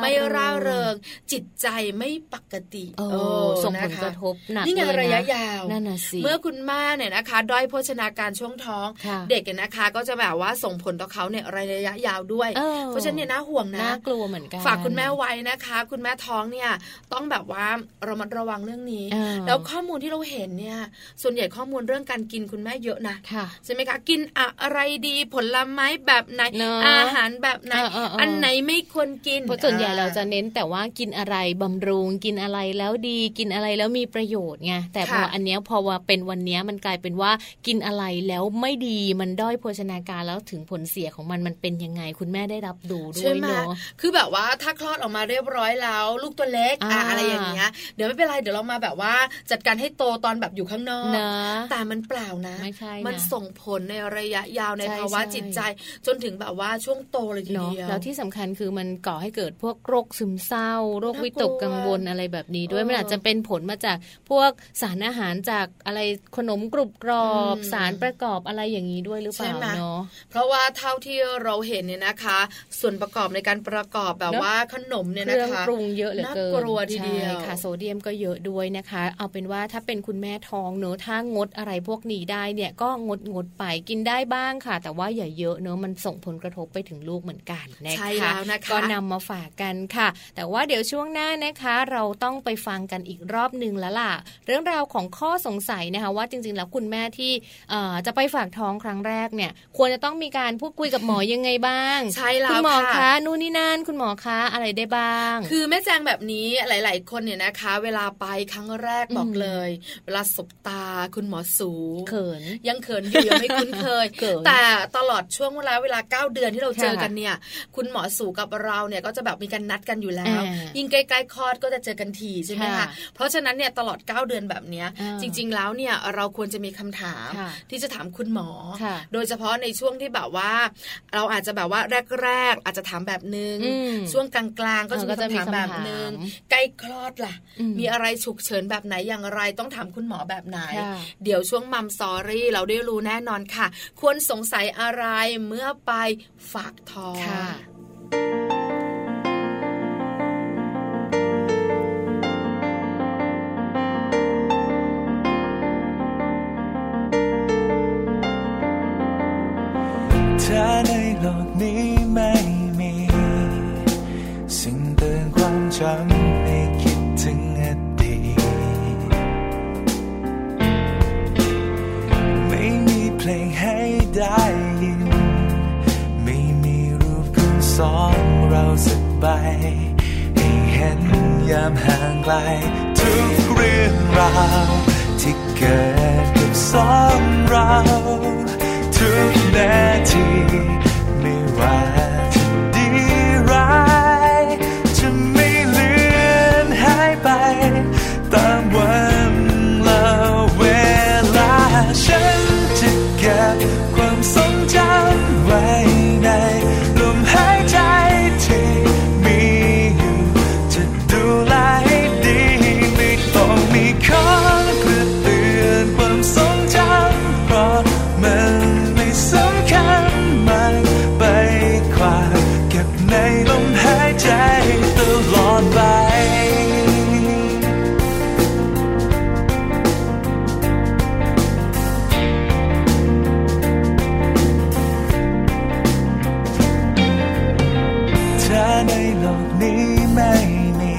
Speaker 2: ไม่ร่า
Speaker 3: ร่า
Speaker 2: เริ
Speaker 3: เริ
Speaker 2: ง
Speaker 3: ง จิตใจไม่ปกติ
Speaker 2: เออ
Speaker 3: เออ
Speaker 2: ส่งผ
Speaker 3: น
Speaker 2: ล
Speaker 3: ค
Speaker 2: กระทบหนัก
Speaker 3: นี่ไง
Speaker 2: เล
Speaker 3: ระยะ
Speaker 2: นะ
Speaker 3: ยาว
Speaker 2: นั่นน่ะสิ
Speaker 3: เมื่อคุณแม่เนี่ยนะคะ ด้อยโภชนาการช่วงท้อง
Speaker 2: ค่ะ
Speaker 3: เด็กเนี่ยนะคะ ก็จะแบบว่าส่งผลต่อเขาเนี่ยระยะยาวด้วย
Speaker 2: เออ
Speaker 3: เพราะฉะนั้นเนี่ยน่าห่วงนะ
Speaker 2: น่ากลัวเหมือนกัน
Speaker 3: ฝากคุณแม่ไว้นะคะ คุณแม่ท้องเนี่ยต้องแบบว่าระมัดระวังเรื่องนี้
Speaker 2: เออ
Speaker 3: แล้วข้อมูลที่เราเห็นเนี่ย ส่วนใหญ่ข้อมูลเรื่องการกินคุณแม่เยอะนะ
Speaker 2: ค่ะ
Speaker 3: ใช่ไหมคะกินอะไรดีผลไม้แบบไหน
Speaker 2: เนอะ
Speaker 3: อาหารแบบไหน
Speaker 2: เออเออเอออั
Speaker 3: อันไหนไม่ควรกิน
Speaker 2: เพราะส่วนใหญ่
Speaker 3: อ่
Speaker 2: เราจะเน้นแต่ว่ากินอะไรบำรุง กินอะไรแล้วดีกินอะไรแล้วมีประโยชน์ไงแต่พออันเนี้ยพอว่าเป็นวันเนี้ยมันกลายเป็นว่ากินอะไรแล้วไม่ดีมันด้อยโภชนาการแล้วถึงผลเสียของมันมันเป็นยังไง คุณแม่ได้รับดูด้
Speaker 3: ใช่
Speaker 2: วย
Speaker 3: ไหม
Speaker 2: เนาะ
Speaker 3: คือแบบว่าถ้าคลอดออกมาเรียบร้อยแล้ว ลูกตัวเล็ก
Speaker 2: อ่า
Speaker 3: อ่ะอะไรอย่างเงี้ยเดี๋ยวไม่เป็นไรเดี๋ยวเรามาแบบว่าจัดการให้โตตอนแบบอยู่ข้างนอก
Speaker 2: นะ
Speaker 3: แต่มันเปล่านะ
Speaker 2: ไม่ใช่นะ
Speaker 3: มันส่งผลในระยะยาวใน
Speaker 2: ใช่
Speaker 3: ภาวะ
Speaker 2: ใช่
Speaker 3: จิตใจ จนถึงแบบว่าช่วงโตเลยที
Speaker 2: เนาะ
Speaker 3: เดียว
Speaker 2: แล้วที่สำคัญคือมันก่อให้เกิดพวกโรคซึมเศร้า โรค
Speaker 3: น่ากลัว
Speaker 2: วิตกกังวลอะไรแบบนี้ด้วย
Speaker 3: เออ
Speaker 2: มันอาจจะเป็นผลมาจากพวกสารอาหารจากอะไรขนมกรุบกรอบ
Speaker 3: อืม
Speaker 2: สารประกอบอะไรอย่างนี้ด้วยหรือเปล่า
Speaker 3: ใช่ไหม
Speaker 2: เนาะ
Speaker 3: เพราะว่าเท่าที่เราเห็นเนี่ยนะคะ ส่วนประกอบในการประกอบแบบ
Speaker 2: เนอะ
Speaker 3: ว่าขนมเนี่ย
Speaker 2: เค
Speaker 3: นะ
Speaker 2: รื่อง
Speaker 3: คะ
Speaker 2: ปรุงเยอะเหลือเกิน
Speaker 3: น่ากลัวทีเดียว
Speaker 2: ใช่ค่ะโซเดียมก็เยอะด้วยนะคะ เอาเป็นว่าถ้าเป็นคุณแม่ท้องเนอะถ้างดอะไรพวกนี้ได้เนี่ยก็งดงดไปกินได้บ้างค่ะ แต่ว่าอย่าเยอะเนอะมันส่งผลกระทบไปถึงลูกเหมือนกันนะคะ
Speaker 3: ใช่แล้วนะคะ
Speaker 2: ก็นำมาฝากกันค่ะ แต่ว่าเดี๋ยวช่วงหน้านะคะ เราต้องไปฟังกันอีกรอบหนึ่งแล้วล่ะ เรื่องราวของข้อสงสัยนะคะ ว่าจริงๆแล้วคุณแม่ที่เอ่อจะไปฝากท้องครั้งแรกเนี่ย ควรจะต้องมีการพูดคุยกับหมอยังไงบ้าง
Speaker 3: ใช่แล้ว
Speaker 2: คุณหมอ
Speaker 3: ค่ะ
Speaker 2: คะ นู่นนี่นั่นคุณหมอคะอะไรได้บ้าง
Speaker 3: คือแม่แจงแบบนี้หลาย ๆ คนเนี่ยนะคะ เวลาไปครั้งแรกบอกเลย เวลาสบตาคุณหมอสู
Speaker 2: เขิน
Speaker 3: ยังเขินอยู่ ยังไม่คุ้นเคย
Speaker 2: เขิน
Speaker 3: แต่ตลอดช่วงเวลาเวลา 9 เดือนที่เราเจอ
Speaker 2: ค่ะ
Speaker 3: กันเนี่ย คุณหมอสูกับเราเนี่ยก็จะแบบมีการนัดกันอยู่แล้ว
Speaker 2: อ่ายิ่
Speaker 3: ยิ่งใกล้ๆคลอดก็จะเจอกันทีใช่ไหม
Speaker 2: ค่ะ
Speaker 3: คะเพราะฉะนั้นเนี่ยตลอด 9 เดือนแบบเนี้ย
Speaker 2: อ่า
Speaker 3: จริง ๆ แล้วเนี่ยเราควรจะมีคำถาม
Speaker 2: ค่ะ
Speaker 3: ที่จะถามคุณหมอ
Speaker 2: ค่ะ
Speaker 3: โดยเฉพาะในช่วงที่แบบว่า เราอาจจะแบบว่าแรก ๆ อาจจะถามแบบนึง
Speaker 2: อืม
Speaker 3: ช่วงกลางๆ ก็จะ
Speaker 2: เออก็จะมี
Speaker 3: มีคำถามแบบ
Speaker 2: คำถาม
Speaker 3: นึงใกล้คลอดล่ะ
Speaker 2: อืม
Speaker 3: มีอะไรฉุกเฉินแบบไหนอย่างไรต้องถามคุณหมอแบบไหน
Speaker 2: ค่ะ
Speaker 3: เดี๋ยวช่วงมัมซอรี่เราได้รู้แน่นอนค่ะ ควรสงสัยอะไรเมื่อไปฝากท้อง
Speaker 2: ค่ะ
Speaker 1: เธอในโลกนี้ไม่มี สิ่งเตือนความจำให้คิดถึงอดีตไม่มีเพลงให้ได้ยิน ไม่มีรูปคุณสอนเราสักใบให้เห็นยามห่างไกล ทุกเรื่องราวที่เกิดกับสองเรา ทุกนาทีไม่ว่าจะดีร้าย จะไม่เลือนหายไป ตามวันและเวลา ฉันจะเก็บความทรงจำไว้ในลมหายใจที่มีอยู่จะดูแลให้ดีไม่ต้องมีของเพื่อเตือนความทรงจำเพราะมันไม่สำคัญมันไปกว่าเก็บในลมหายใจตลอดไป เธอในโลกนี้ไม่มี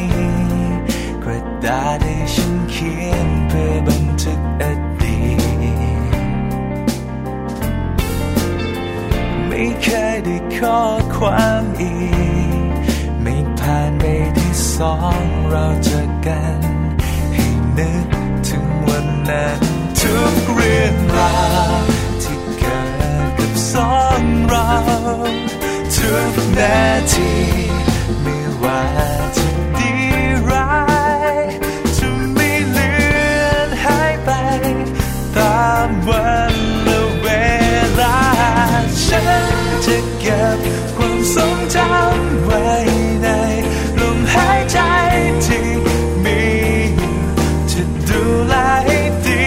Speaker 1: กระดาษให้ฉันเขียนเพื่อบันทึกอดีตไม่เคยได้ขอ ความอีก ไม่ผ่านเดย์ที่สองเราเจอกัน ให้นึกถึงวันนั้นทุกเรื่องราวที่เกิดกับสองเราทุกนาทีไม่ว่าจะดีร้ายจะไม่เลือนหายไป ตามวันและเวลา ฉันจะเก็บความทรงจำไว้ในลมหายใจที่มีอยู่จะดูแลให้ดี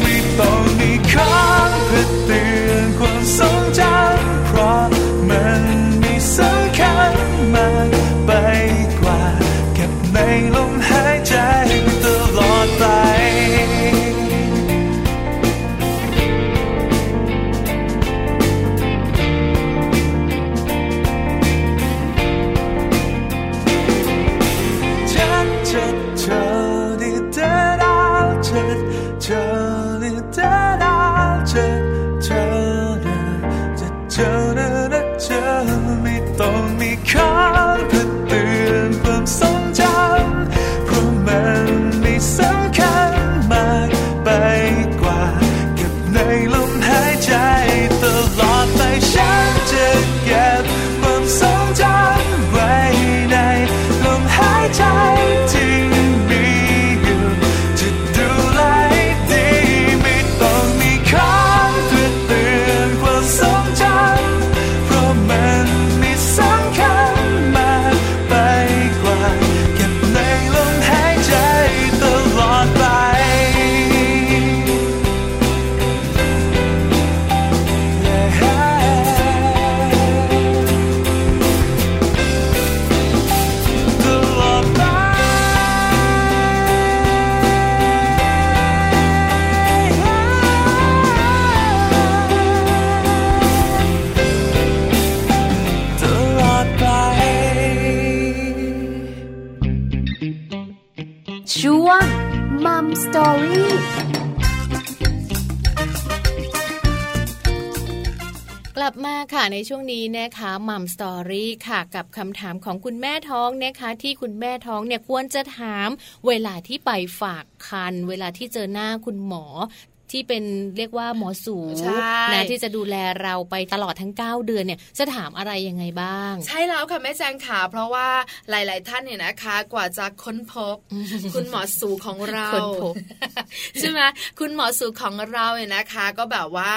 Speaker 1: ไม่ต้องมีของเพื่อเตือนความทรงจำเพราะมันมีสำคัญมากไปกว่า เก็บในลมหายใจตลอดไป ฉันจะเจอได้เจอดาวฉันเจอได้เจอดาวฉันเจอได้จะเจอได้รักเจอไม่ต้องมีค้างเพื่อเตือนความทรงจำเพราะมันไม่สำคัญมากไปกว่า เก็บในลมหายใจตลอดไปฉันจะเก็บความทรงจำไว้ในลมหายใจที่มีอยู่จะดูแลให้ดีไม่ต้องมีคำเตือนเตือนความทรงจำเพราะมันมีสำคัญมากไปกว่า เก็บในลมหายใจตลอดไป
Speaker 5: ช่วงมัมสตอรี่
Speaker 2: กลับมาค่ะในช่วงนี้นะคะมัมสตอรี่ค่ะ กับคำถามของคุณแม่ท้องนะคะ ที่คุณแม่ท้องเนี่ยควรจะถามเวลาที่ไปฝากคัน เวลาที่เจอหน้าคุณหมอ ที่เป็นเรียกว่าหมอสู
Speaker 3: ใช่
Speaker 2: นะที่จะดูแลเราไปตลอดทั้ง 9 เดือนเนี่ยจะถามอะไรยังไงบ้าง
Speaker 3: ใช่แล้วค่ะแม่แจงค่ะ เพราะว่าหลาย ๆ ท่านเนี่ยนะคะ กว่าจะค้นพ บ คุณหมอสูของเรา
Speaker 2: ค้นพบ
Speaker 3: ใช่ไหมคุณหมอสูของเราเนี่ยนะคะ ก็แบบว่า